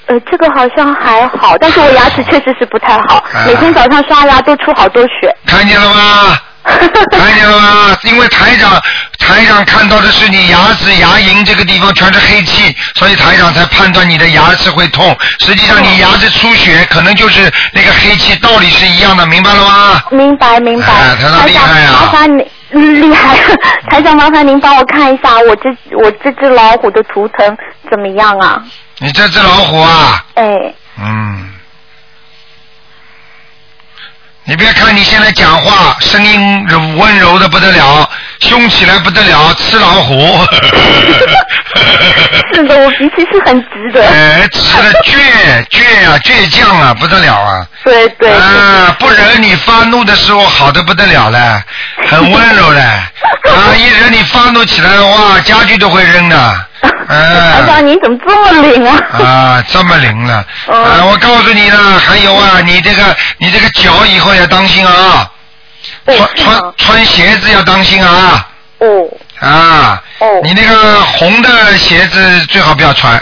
呃，这个好像还好，但是我牙齿确实是不太好，
哎
每天早上刷牙都出好多血。
看见了吗？看见了吗？因为台长台长看到的是你牙齿牙龈这个地方全是黑气，所以台长才判断你的牙齿会痛。实际上你牙齿出血，可能就是那个黑气，道理是一样的，明白了吗？
明白明白，
哎台长厉害啊
麻烦你。嗯厉害， 台长，麻烦您帮我看一下我这我这只老虎的图腾怎么样啊？
你这只老虎啊，
哎，
嗯，你别看你现在讲话声音柔温柔的不得了，凶起来不得了，吃老虎。
是的，我脾气是很直的，
哎，吃了倔倔啊，倔强啊，不得了啊！
对对对，
啊，不惹你发怒的时候好的不得了了，很温柔 了。啊，一惹你发怒起来的话，家具都会扔 的。
台
啊
长，您怎么这么灵啊？
啊，这么灵了。
嗯
啊，我告诉你了，还有啊，你这个你这个脚以后要当心啊，
哦
穿
是
穿
吗
穿鞋子要当心啊
哦
啊！
哦，
你那个红的鞋子最好不要穿。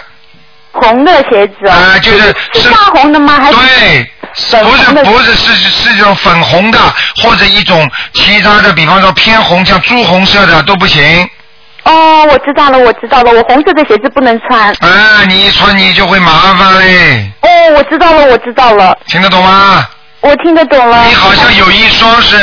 红的鞋子啊，
啊，就是
是大红的吗？还是
对，
粉
不是
红的
不是是是是这种粉红的，或者一种其他的，比方说偏红，像朱红色的都不行。
哦，我知道了，我知道了，我红色的鞋子不能穿。
啊，你一穿你就会麻烦嘞，
哦，我知道了，我知道了，
听得懂吗？
我听得懂了。
你好像有一双是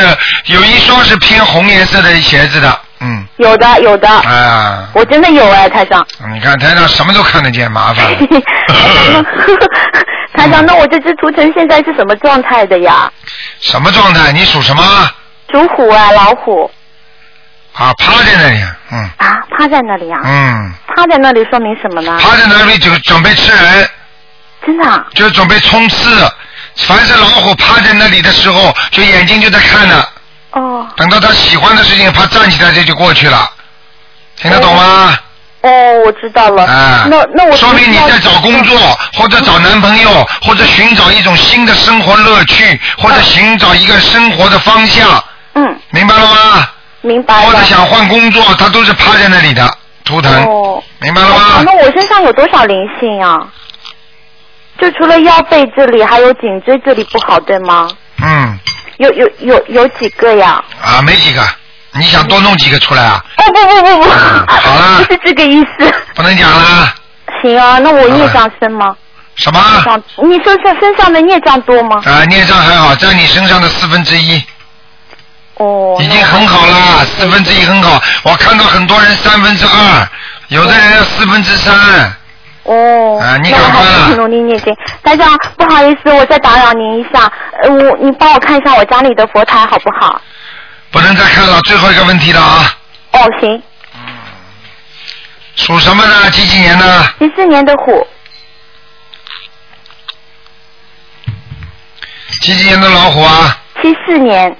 有一双是偏红颜色的鞋子的，嗯
有的有的，
啊，
我真的有哎，台长。
你看台长什么都看得见，麻烦。
台长，那我这只图腾现在是什么状态的呀？
什么状态？你属什么？
属虎啊，老虎
啊，趴在那里，嗯
啊，趴在那里啊，
嗯，
趴在那里说明什么呢？
趴在那里就准备吃人。
真的啊，
就准备冲刺。凡是老虎趴在那里的时候，就眼睛就在看呢。
哦
等到他喜欢的事情，他站起来这就过去了，听得懂吗？
哦，我知道了。
啊，
那那我嗯
说明你在找工作，或者找男朋友，或者寻找一种新的生活乐趣，或
啊
者寻找一个生活的方向，
嗯，
明白了吗？
明白了。
或者想换工作，他都是趴在那里的图腾，
哦，
明白了
哎
吗？
那我身上有多少灵性啊？就除了腰背这里，还有颈椎这里不好，对吗？
嗯，
有有有有几个呀？
啊，没几个，你想多弄几个出来啊？
哦不不 不不，
好啦
不是这个意思。
不能讲啦，
行啊，那我
好
业
啊
障深吗？
什么？
业障，你身上身上的业障多吗？
啊，孽障还好，占你身上的四分之一，
哦，
已经很好啦，四分之一很好。我看到很多人三分之二，有的人要四分之三。
哦，
啊你
那我
赶快了
还是努力念经。台长，不好意思，我再打扰您一下，呃，我你帮我看一下我家里的佛台好不好？
不能再看了，最后一个问题了啊！
哦，行，
属什么呢？几几年呢？
一四年的虎，
几几年的老虎啊？
七四年，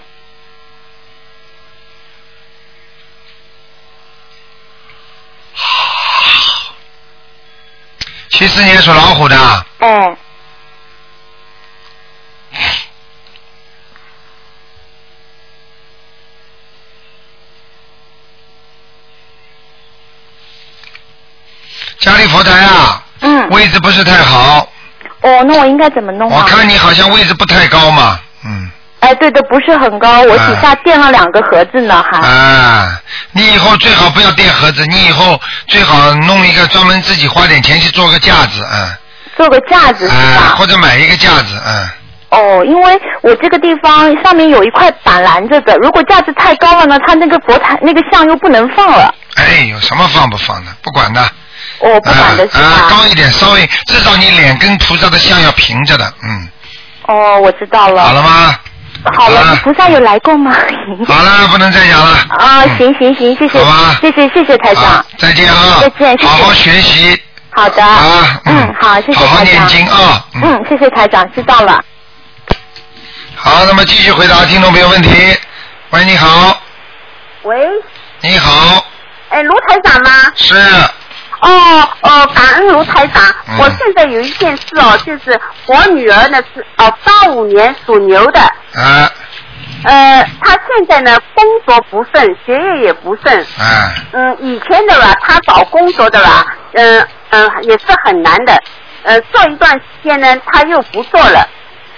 七四年属老虎的，
哎，
家里佛台啊，
嗯，
位置不是太好，
哦，那我应该怎么弄
我
啊？
看你好像位置不太高嘛，嗯，
哎，对的，不是很高，我
哎
底下垫了两个盒子呢，还。
啊，你以后最好不要垫盒子，你以后最好弄一个专门自己花点钱去做个架子，嗯。
做个架子是
啊，
吧
或？者买一个架子，嗯，
哦，因为我这个地方上面有一块板拦着的，如果架子太高了呢，它那个佛台那个像又不能放了。
哎，有什么放不放的，不管的，
哦，不管的是
啊啊，
吧
高？一点，稍微，至少你脸跟菩萨的像要平着的，嗯，
哦，我知道了。
好了吗？
好了，
啊
菩萨有来过吗？
好了，不能再讲了。
啊，
嗯
行行行，谢谢
好吧，
谢谢谢谢台长
好，再见啊！
再见谢谢
好好学习
好的，
啊！
嗯，好，谢谢
好好
台
念
长，
经啊！嗯，
嗯，谢谢台长，知道了。
好，那么继续回答听众朋友问题。喂，你好，
喂，
你好，
哎，卢台长吗？
是
哦哦，感恩卢台长，
嗯
啊我现在有一件事哦，就是我女儿呢是哦八五年属牛的，
啊
呃，她现在呢工作不顺，学业也不顺，
啊
嗯，以前的吧，她找工作的吧，嗯、嗯、也是很难的，呃，做一段时间呢，她又不做了。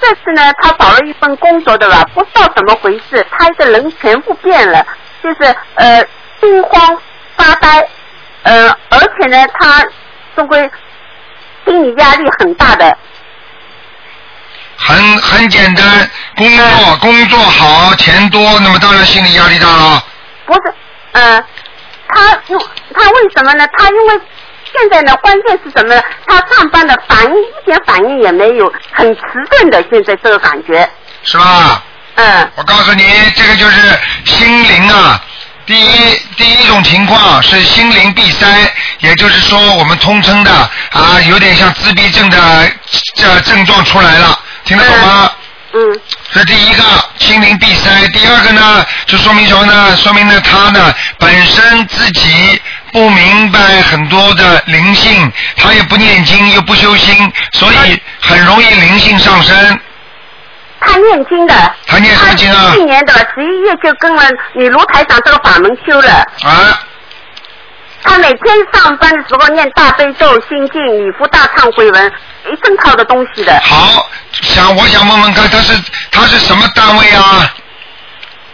这次呢，她找了一份工作的吧，不知道怎么回事，她的人全部变了，就是呃心慌发呆，呃，而且呢，她终归心理压力很大的，
很很简单，工作工作好，钱多，那么当然心理压力大了。
不是，呃，他用他为什么呢？他因为现在呢，关键是什么呢？他上班的反应一点反应也没有，很迟钝的，现在这个感觉，
是吧？
嗯，
我告诉你，这个就是心灵啊。第一，第一种情况是心灵闭塞，也就是说我们通称的啊，有点像自闭症的这症状出来了，听得懂吗？
嗯，
这第一个心灵闭塞，第二个呢，就说明什么呢？说明呢他呢本身自己不明白很多的灵性，他也不念经又不修心，所以很容易灵性上升。
他念经的，
他念什么经啊
他去年的十一月就跟了你卢台长这个法门修了，
啊，
他每天上班的时候念大悲咒、心经、礼佛大忏悔文，一整套的东西的，
好，想我想问问看，他是他是什么单位啊？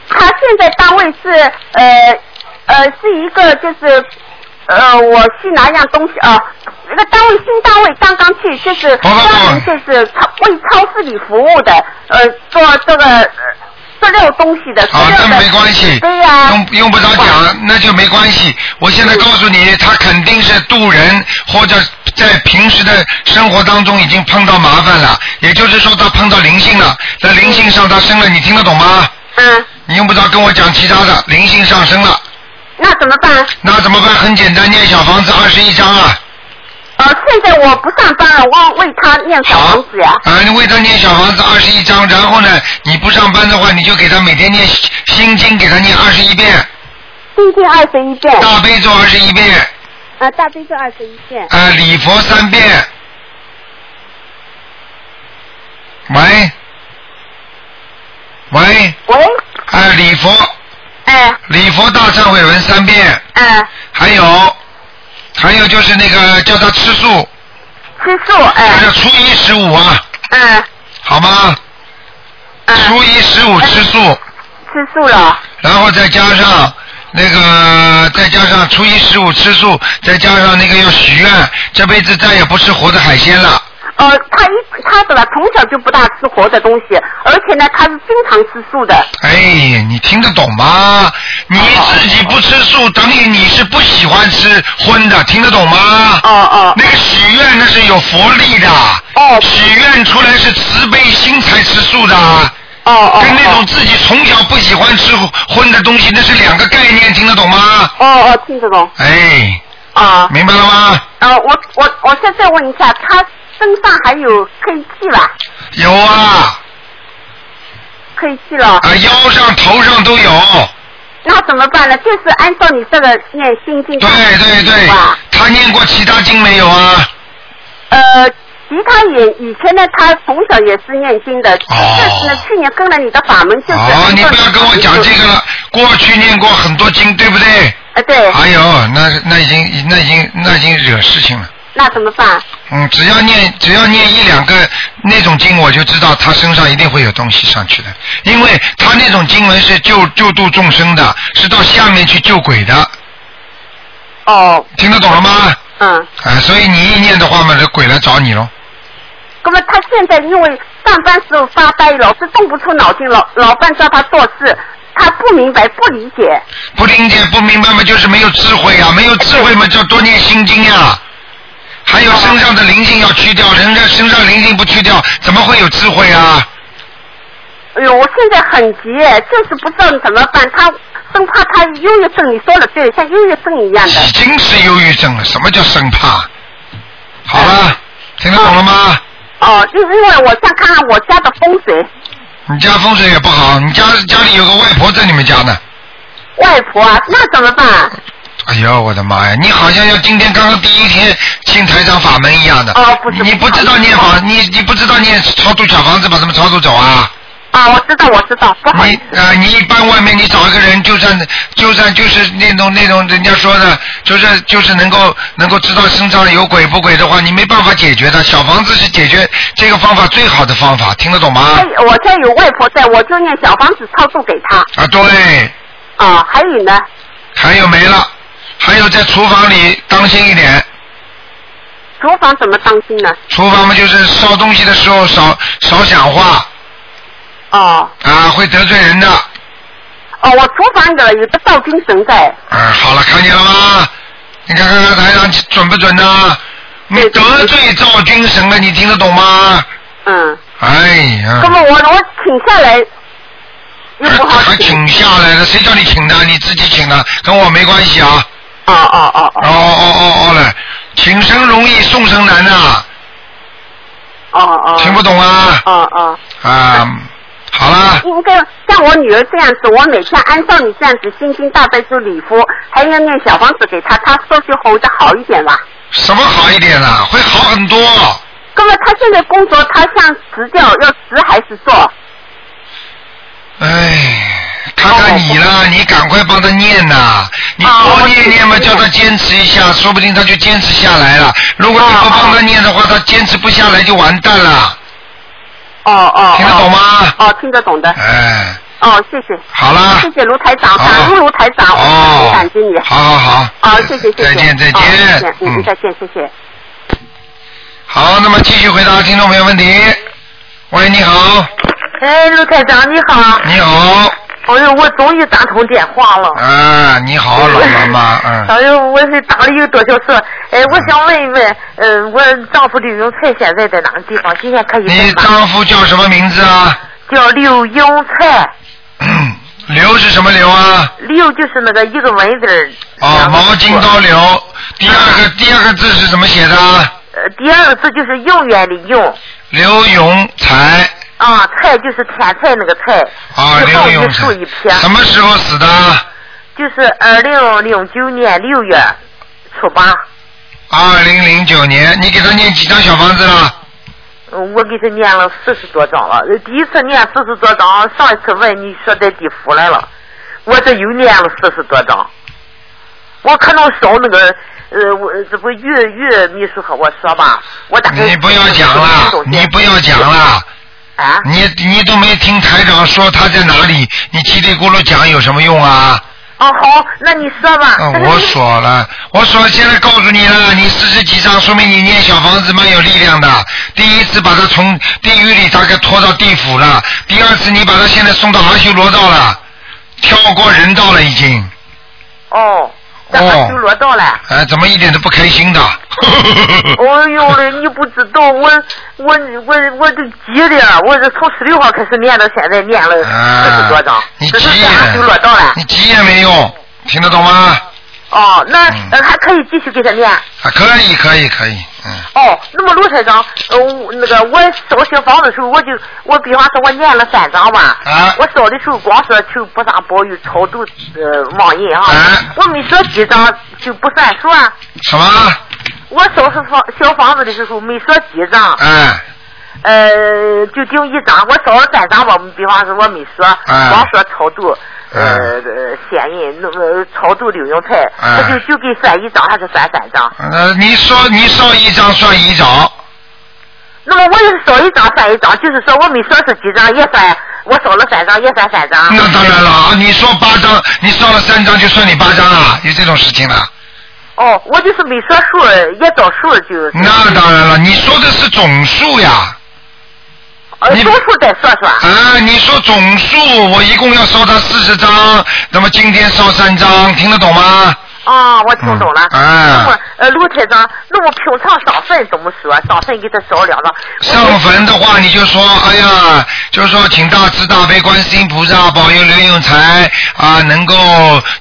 他现在单位是呃呃是一个就是呃我去拿一样东西啊，那个单位新单位刚刚去，就是
不不不
专门就是超为超市里服务的，呃做这个呃塑料东西的，塑
啊，
料
那
的啊
没关系，
对呀、
用用不着讲，那就没关系。我现在告诉你，他肯定是渡人，或者在平时的生活当中已经碰到麻烦了，也就是说他碰到灵性了，在灵性上他生了，你听得懂吗？
嗯，
你用不着跟我讲其他的，灵性上升了，
那怎么办？
那怎么办？很简单，念小房子二十一章啊，
呃，现在我不上班了，我为他念小
好
房子呀。
啊，你为他念小房子二十一章，然后呢，你不上班的话，你就给他每天念心心经，给他念二十一遍，
心经二十一遍，
大悲咒二十一遍，
呃，大悲咒二十一遍。
啊，礼佛三遍。喂，喂，
喂，
啊，礼佛，
哎，
礼佛大忏悔文三遍，
哎
嗯，
还有，还有就是那个叫他吃素，
吃素，
就
哎
是，初一十五啊，
嗯，
好吗？
嗯，哎
初一十五吃素。
吃素了，
然后再加上那个，再加上初一十五吃素，再加上那个要许愿，这辈子再也不吃活的海鲜了。
呃，他一他怎么从小就不大吃活的东西，而且呢，他是经常吃素的。
哎，你听得懂吗？你自己不吃素，等于你是不喜欢吃荤的，听得懂吗？
哦哦
那个许愿那是有佛力的，
哦
许愿出来是慈悲心才吃素的，
哦哦，
跟那种自己从小不喜欢吃荤的东西那是两个概念，听得懂吗？
哦哦，听得懂
哎，
啊。
明白了吗？
呃，我我我现在问一下，他身上还有 KG 吧
有啊。
？KG 了，
啊，腰上、头上都有。
那怎么办呢？就是按照你这个念心经。
对对对
吧？，
他念过其他经没有啊？
呃，其他也以前呢，他从小也是念经的，
哦
但是呢，去年跟了你的法门，就是
哦，你不要跟我讲这个。了。过去念过很多经，对不对？
呃，对，
哎呦，那那已经那已经那已经惹事情了。
那怎么办？
嗯，只要念只要念一两个那种经，我就知道他身上一定会有东西上去的，因为他那种经文是救救度众生的，是到下面去救鬼的，
哦，
听得懂了吗？
嗯，
啊，所以你一念的话嘛，这鬼来找你喽。
那么他现在因为上班时候发呆，老是动不出脑筋，老老伴叫他做事，他不明白，不理解。
不理解、不明白嘛，就是没有智慧呀、没有智慧嘛，叫多念心经呀、还有身上的灵性要去掉，人家身上灵性不去掉，怎么会有智慧啊？
哎呦，我现在很急，就是不知道怎么办。他生怕他忧郁症，你说了对，像忧郁症一样的。
已经是忧郁症了，什么叫生怕？好
嗯
了，听得懂了吗？
哦，因因为我想看看我家的风水，
你家风水也不好，你家家里有个外婆在你们家呢。
外婆啊，那怎么办？
哎呦，我的妈呀！你好像要今天刚刚第一天进台长法门一样的。
哦不是
你不知道念法，你你不知道念超度小房子，把他们超度走啊？
啊，我知道，我知道，不好意
你
思。
啊、你一般外面你找一个人，就算就算就是那种那种人家说的，就是就是能够能够知道身上有鬼不鬼的话，你没办法解决的。小房子是解决这个方法最好的方法，听得懂吗
哎？，我家有外婆在，我就念小房子超度给她。
啊，对，
啊，还有呢，
还有没了，还有在厨房里当心一点，
厨房怎么当心呢？
厨房嘛就是烧东西的时候少少讲话
哦，
啊，会得罪人的。
哦，我厨房的有个照金神在。
嗯，好了，看见了吗？你看看看台上准不准呢、你
对对
得罪赵君神啊了，你听得懂吗？
嗯，
哎呀
那，么我我请下来又不好
还
请。
请下来了，谁叫你请的？你自己请的，跟我没关系啊。
哦哦
哦
哦哦
哦哦哦嘞，请生容易送生难呐、
哦哦。
听不懂啊？
哦哦，
啊，好啦，
应该像我女儿这样子，我每天按照你这样子，心经大悲咒礼佛，还要念小房子给她，她说就活得好一点吧。
什么好一点啦、会好很多。
那么她现在工作，她想辞掉，要辞还是做？哦
哎，看看你
哦
啦，你赶快帮他念呐、你
啊
多念念嘛，叫他坚持一下，说不定他就坚持下来了。如果你不帮他念的话，他坚持不下来就完蛋了，
哦哦。
听得懂
哦？
吗？
哦，听得懂的。
哎，
哦，谢谢，
好啦。
谢谢卢台长，
好
感恩卢台长，我
哦
很，感激你。
好好好。
好，谢谢谢谢。
再见再见
哦再见，
嗯
嗯，再见，谢谢。
好，那么继续回答听众朋友问题。喂，你好，
哎，陆台长你好，
你
哦
好，
哎呦，我终于打通电话了。
啊，你好，老妈妈，嗯，
哎呦，我是打了一个多小时。哎，我想问一问，嗯、
呃
我丈夫李永才现在在哪个地方？今天可 以
你
问 吗？
丈夫叫什么名字啊？
叫刘永才，
瘤是什么瘤啊？
六就是那个一个文字儿。
哦，
然后
毛巾刀瘤。第二
嗯
个第二个字是怎么写的？啊
呃，第二个字就是用远的用，
刘永才
啊，菜就是甜菜那个菜，
啊，
一
刘
横
永
一
才
竖一撇。
什么时候死的？
就是二零零九年六月初八，
二零零九年，你给他念几张小房子了？
嗯我给他念了四十多章了。呃第一次念四十多章，上一次问你说在地府来了，我这又念了四十多章。我可能烧那个，呃，我这不玉玉秘书和我说吧，我大概
你不要讲了，你不要讲了，
啊，
你你都没听台长说他在哪里，你叽里咕噜讲有什么用啊？
哦好，那你说吧。
嗯，我说了，我说现在告诉你了，你四十几张，说明你念小房子蛮有力量的。第一次把他从地狱里大概拖到地府了，第二次你把他现在送到阿修罗道了，跳过人道了已经。
哦，咱
哦
们修罗道了。
哎，怎么一点都不开心的？
哎呦嘞， 你不知道我我我我都急的，啊我是从十六号开始念到现在，念了四十多章，
啊你
这
急
是咱们
也
修罗道了
你。急也没用，听得懂吗？
哦，那、
嗯
呃还可以继续给他念。
啊，可以，可以，可以，嗯，
哦，那么卢台长，呃，我那个我烧小房子的时候，我就我比方说我念了三章吧，
啊
我烧的时候光说求菩萨保佑超度呃网瘾啊，
啊
我没说几章就不算数啊。
什么？
我烧小房小房子的时候没说几章，
哎，
呃，就定一张，我烧了三张吧。比方说，我没说，
嗯
光说超度，
哎
呃，呃显印，那么超度柳永泰，
嗯
他就就给算一张还是算三张？
呃，你说你烧一张算一
啊
张，
那么我也是烧一张算一张，就是说我没说是几张，也算我烧了三张，也算三张。
那当然了啊！你说八张，你烧了三张就算你八张啊，有这种事情了？
哦，我就是没说数，也找数就是。
那当然了，你说的是总数呀。
呃，
你
找数再说说。
啊，你说总数，我一共要烧他四十张，那么今天烧三张，听得懂吗？
啊，我听懂了。
嗯哎
那么，呃，卢台长，那么平常上坟怎么说？上坟给他烧两张。
上坟的话，你就说，哎呀，就说请大慈大悲观世音菩萨保佑刘永才啊，能够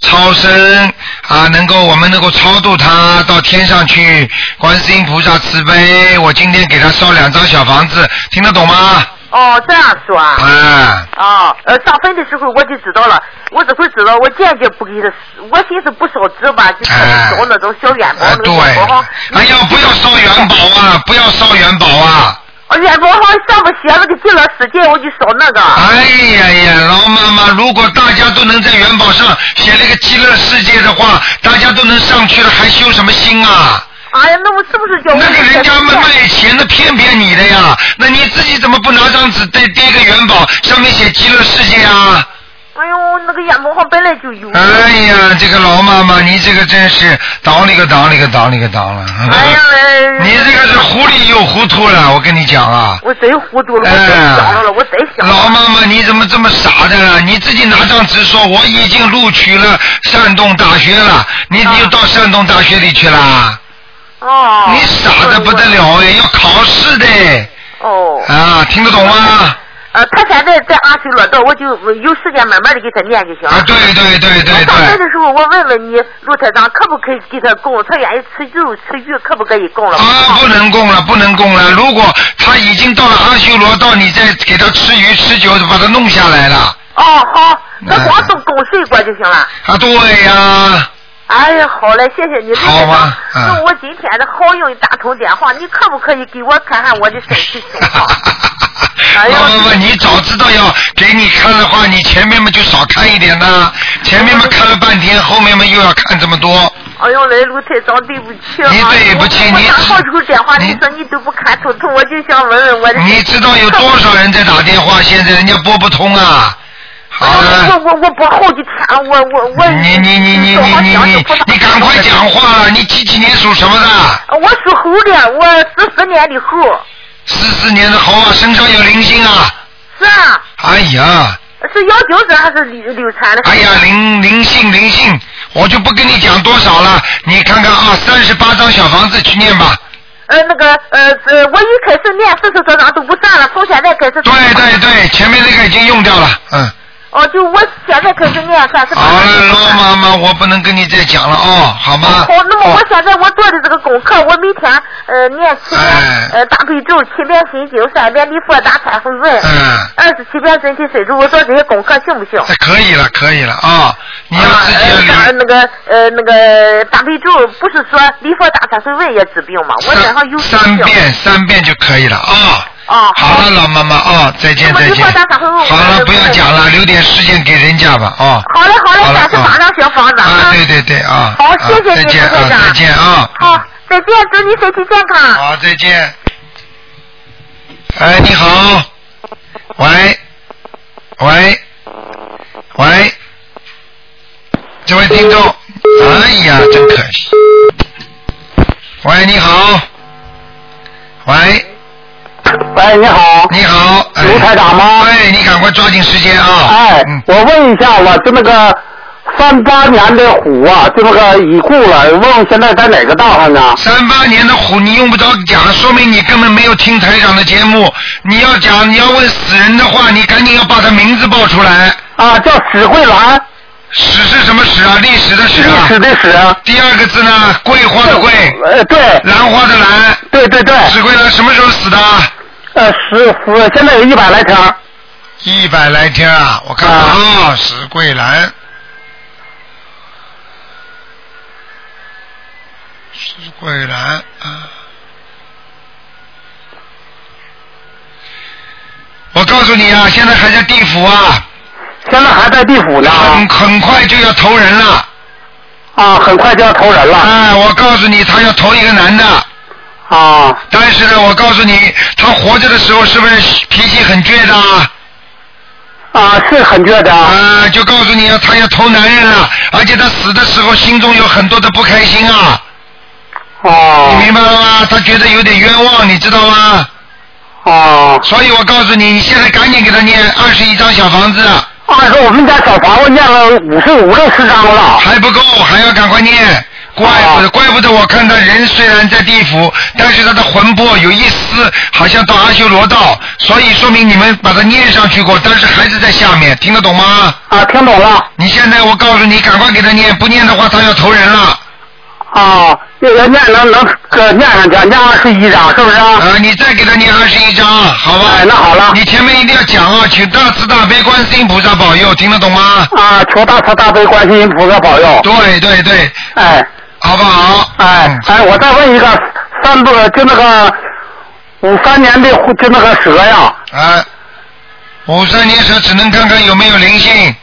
超生啊，能够我们能够超度他到天上去。观世音菩萨慈悲，我今天给他烧两张小房子，听得懂吗？
哦，这样说啊。
啊，
啊，呃，上坟的时候我就知道了，我这回知道，我坚决不给他，我寻思不烧纸吧，就
哎
烧那种小元宝
啊，
那
对
个元宝哈，，
哎呀，不要烧元宝啊，不要烧元宝啊。
啊元宝哈上面写那个极乐世界，我就烧那个。
哎呀呀，老妈妈，如果大家都能在元宝上写了个极乐世界的话，大家都能上去了，还修什么心啊？
哎呀，那我是不是叫我
那个人家
们
们卖钱的骗骗你的呀，那你自己怎么不拿张纸叠叠个元宝，上面写极乐世界啊？
哎呦，那个元宝哈本来就有。
哎呀，这个老妈妈，你这个真是挡里个挡里个挡里个挡了。
哎呀，哎
嗯 你这个是糊里又糊涂了，我跟你讲啊。
我真糊涂了，我真
哎
想着了，我真想着
老
了。
妈妈，你怎么这么傻的了？你自己拿张纸说我已经录取了山东大学了，你你就到山东大学里去啦？
哦。
你傻的不得了哎，要考试的
哦。
啊，听得懂吗？
呃，他现在在阿修罗道，我就有时间慢慢的给他念就行了。
啊，对对对对
我上坟
对。
的时候，我问问你，陆台长可不可以给他供？他愿意吃肉吃鱼，可不可以供了？
啊，不能供了，不能供了！如果他已经到了阿修罗道，你再给他吃鱼吃酒，把他弄下来了
哦，好，那光送供水果就行了。
啊！对呀、
哎呀，好啊嘞，谢谢你，陆
好
台
吧
长。
嗯
用我今天的好运打通电话，你可不可以给我看看我的身体情况？ 哎呦
老妈妈，你早知道要给你看的话，你前面嘛就少看一点呐、前面嘛看了半天，后面嘛又要看这么多。
哎呦嘞，陆台长，对不起啊！
你对不起
我
你
我打好几回电话，
你
你说你都不看头痛，我就想问问我的。
你知道有多少人在打电话，现在人家拨不通啊。好
哎呦
了，
我我我播好几天了，我我我。
你你你你你你你你赶快讲话了！你几几年属什么的？
我属猴的，我十四年的猴。
四四年的猴啊，身上有灵性啊！
是啊，
哎呀，
是幺九子还是流流产的？
哎呀，灵灵性灵性，我就不跟你讲多少了，你看看啊，三十八张小房子去念吧。
呃，那个呃呃，我一开始念四十多章都不算了，从现在开始。
对对对，前面那个已经用掉了，嗯，
哦，就我现在开始念三十八。
好了，老妈妈，我不能跟你再讲了哦，好吗？
好，那么
哦
我现在我做的这个功课，我每天呃念七遍
哎
呃大悲咒，七遍心经，三遍礼佛大忏悔文，
嗯，
二十七遍准提水珠，我做这些功课行不行？
哎可以了，可以了啊、你要
啊
自己要
呃
留
当然那个呃那个大悲咒不是说礼佛大忏悔文也治病吗？我身上有
三三
病。
遍，三遍就可以了啊。
啊，
好了，老妈妈啊，再见
那么
再
一
见
会儿咱打会儿。我
好了，
我
不要讲了，留点时间给人家吧啊。
好嘞好嘞
好，了
咱去马上学房子
啊，对对对啊。
好
啊
谢谢
再
你
见
卢
啊
台，长
再见啊。
好，再见，祝你身体健康。
好，再见。哎，你好，喂，喂，喂，这位听众，哎呀，真可惜。喂，你好，喂，
喂，你好，
你好，哎
卢台长吗？
哎，你赶快抓紧时间啊！
哎
嗯，，
我问一下，我就那个三八年的虎啊，就那个已故了，问问现在在哪个道上啊呢？
三八年的虎，你用不着讲，说明你根本没有听台长的节目。你要讲，你要问死人的话，你赶紧要把他名字报出来。
啊，叫史慧兰，
史是什么史啊？历史的史
历
啊。
史的史。
第二个字呢？桂花的桂，
呃，对，
兰花的兰。
对对对，
史桂兰什么时候死的？
呃，十呃现在有一百来天儿。
一百来天啊！我看看啊，史桂兰。史桂兰啊。我告诉你啊，现在还在地府啊，
现在还在地府呢，
很很快就要投人了。
啊，很快就要投人了，
哎，我告诉你，他要投一个男的，嗯
啊，
但是呢，我告诉你，他活着的时候是不是脾气很倔的啊？
啊，是很倔的，
啊，就告诉你啊，他要投男人了，而且他死的时候心中有很多的不开心啊，嗯
哦
你，明白了吗？他觉得有点冤枉，你知道吗？
哦，
所以我告诉你，你现在赶紧给他念二十一张小房子，
二哥，我们家小房子念了五十五六十张了，
还不够，还要赶快念。怪不得，
哦
怪不得我看他人虽然在地府，但是他的魂魄有一丝好像到阿修罗道，所以说明你们把他念上去过，但是还是在下面，听得懂吗？
啊，听懂了。
你现在我告诉你，赶快给他念，不念的话他要投人了。
哦，那个念能能呃念上去，念二十一张是不是？啊？
呃，你再给他念二十一章，好吧？
哎，那好了
你前面一定要讲啊，请大慈大悲观世音菩萨保佑，听得懂吗？
啊，求大慈大悲观世音菩萨保佑。
对对对，
哎
好不好？
哦哎
嗯
哎，我再问一个，三不就那个五三年的虎就那个蛇呀，
啊，五三年蛇只能看看有没有灵性，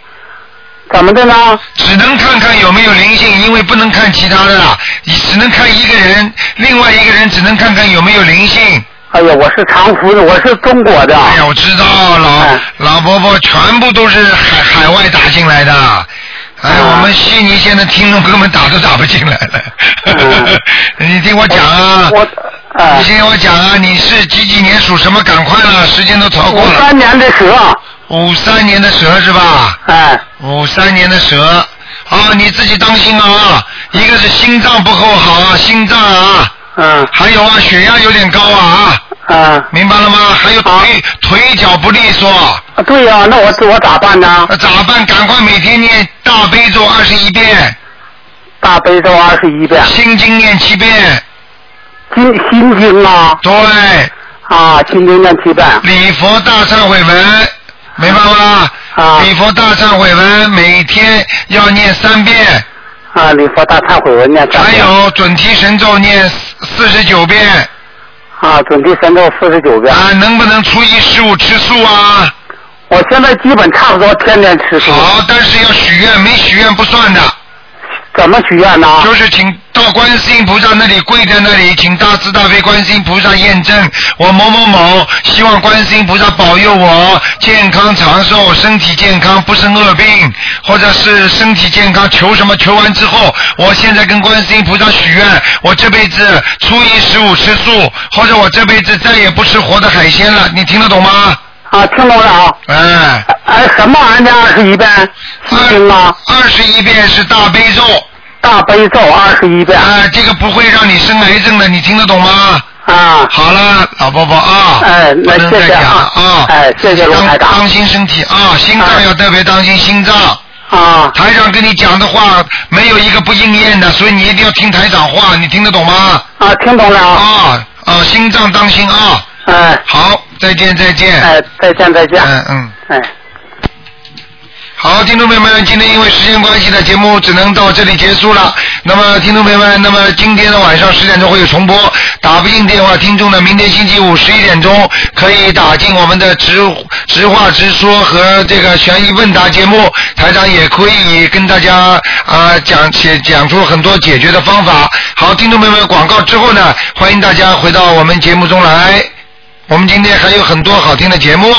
怎么的呢？
只能看看有没有灵性，因为不能看其他的啦，你只能看一个人，另外一个人只能看看有没有灵性。
哎呀，我是常福的，我是中国的。
哎呀，我知道，老、
啊哎
老伯伯全部都是海海外打进来的。哎，
啊
我们悉尼现在听众根本打都打不进来了。
嗯
你听我讲啊，
我哎
你，听我讲啊，你是几几年属什么？赶快了，时间都超过
五
了。
三年的蛇，
五三年的蛇是吧？
哎
五三年的蛇，啊，你自己当心啊！一个是心脏不够好啊，心脏啊，
嗯
还有啊，血压有点高啊，
嗯
明白了吗？还有腿腿脚不利索。
啊，对呀、那我我咋办呢？
那咋办？赶快每天念大悲咒二十一遍，
大悲咒二十一遍，
心经念七遍，
心心经啊
对，
啊，心经念七遍
礼佛大忏悔文，明白吗？
啊
礼佛大忏悔文每天要念三遍，
啊，礼佛大忏悔文念三
还
遍。
有准提神咒念四十九遍
啊，准提神咒四十九遍。
啊！能不能初一十五吃素啊？
我现在基本差不多天天吃素。
好，但是要许愿，没许愿不算的，
怎么许愿呢？
就是请到观世音菩萨那里跪在那里，请大慈大悲观世音菩萨验证我某某某，希望观世音菩萨保佑我健康长寿、身体健康、不生恶病，或者是身体健康。求什么？求完之后，我现在跟观世音菩萨许愿，我这辈子初一十五吃素，或者我这辈子再也不吃活的海鲜了。你听得懂吗？
啊，听懂了啊。
哎，
哎，什么玩意儿？二十一遍心经啊，
二十一遍是大悲咒，啊
大悲咒二十一遍。
啊，这个不会让你生癌症的，你听得懂吗？啊。好了，老婆婆啊，
哎
不
那
能
谢
再
谢
讲了
啊
啊。
哎谢谢卢
当
台长哎
当心身体啊，心脏要特别当心心脏。
啊。
台长跟你讲的话没有一个不应验的，所以你一定要听台长话，你听得懂吗？
啊，听懂了
啊。啊啊，心脏当心啊。
哎。
好，再见再见。
哎，再见再见。
嗯嗯。
哎。
好，听众朋友们，今天因为时间关系呢，节目只能到这里结束了。那么，听众朋友们，那么今天的晚上十点钟会有重播，打不进电话听众呢，明天星期五十一点钟可以打进我们的直直话直说和这个悬疑问答节目，台长也可以跟大家啊、讲解讲出很多解决的方法。好，听众朋友们，广告之后呢，欢迎大家回到我们节目中来，我们今天还有很多好听的节目。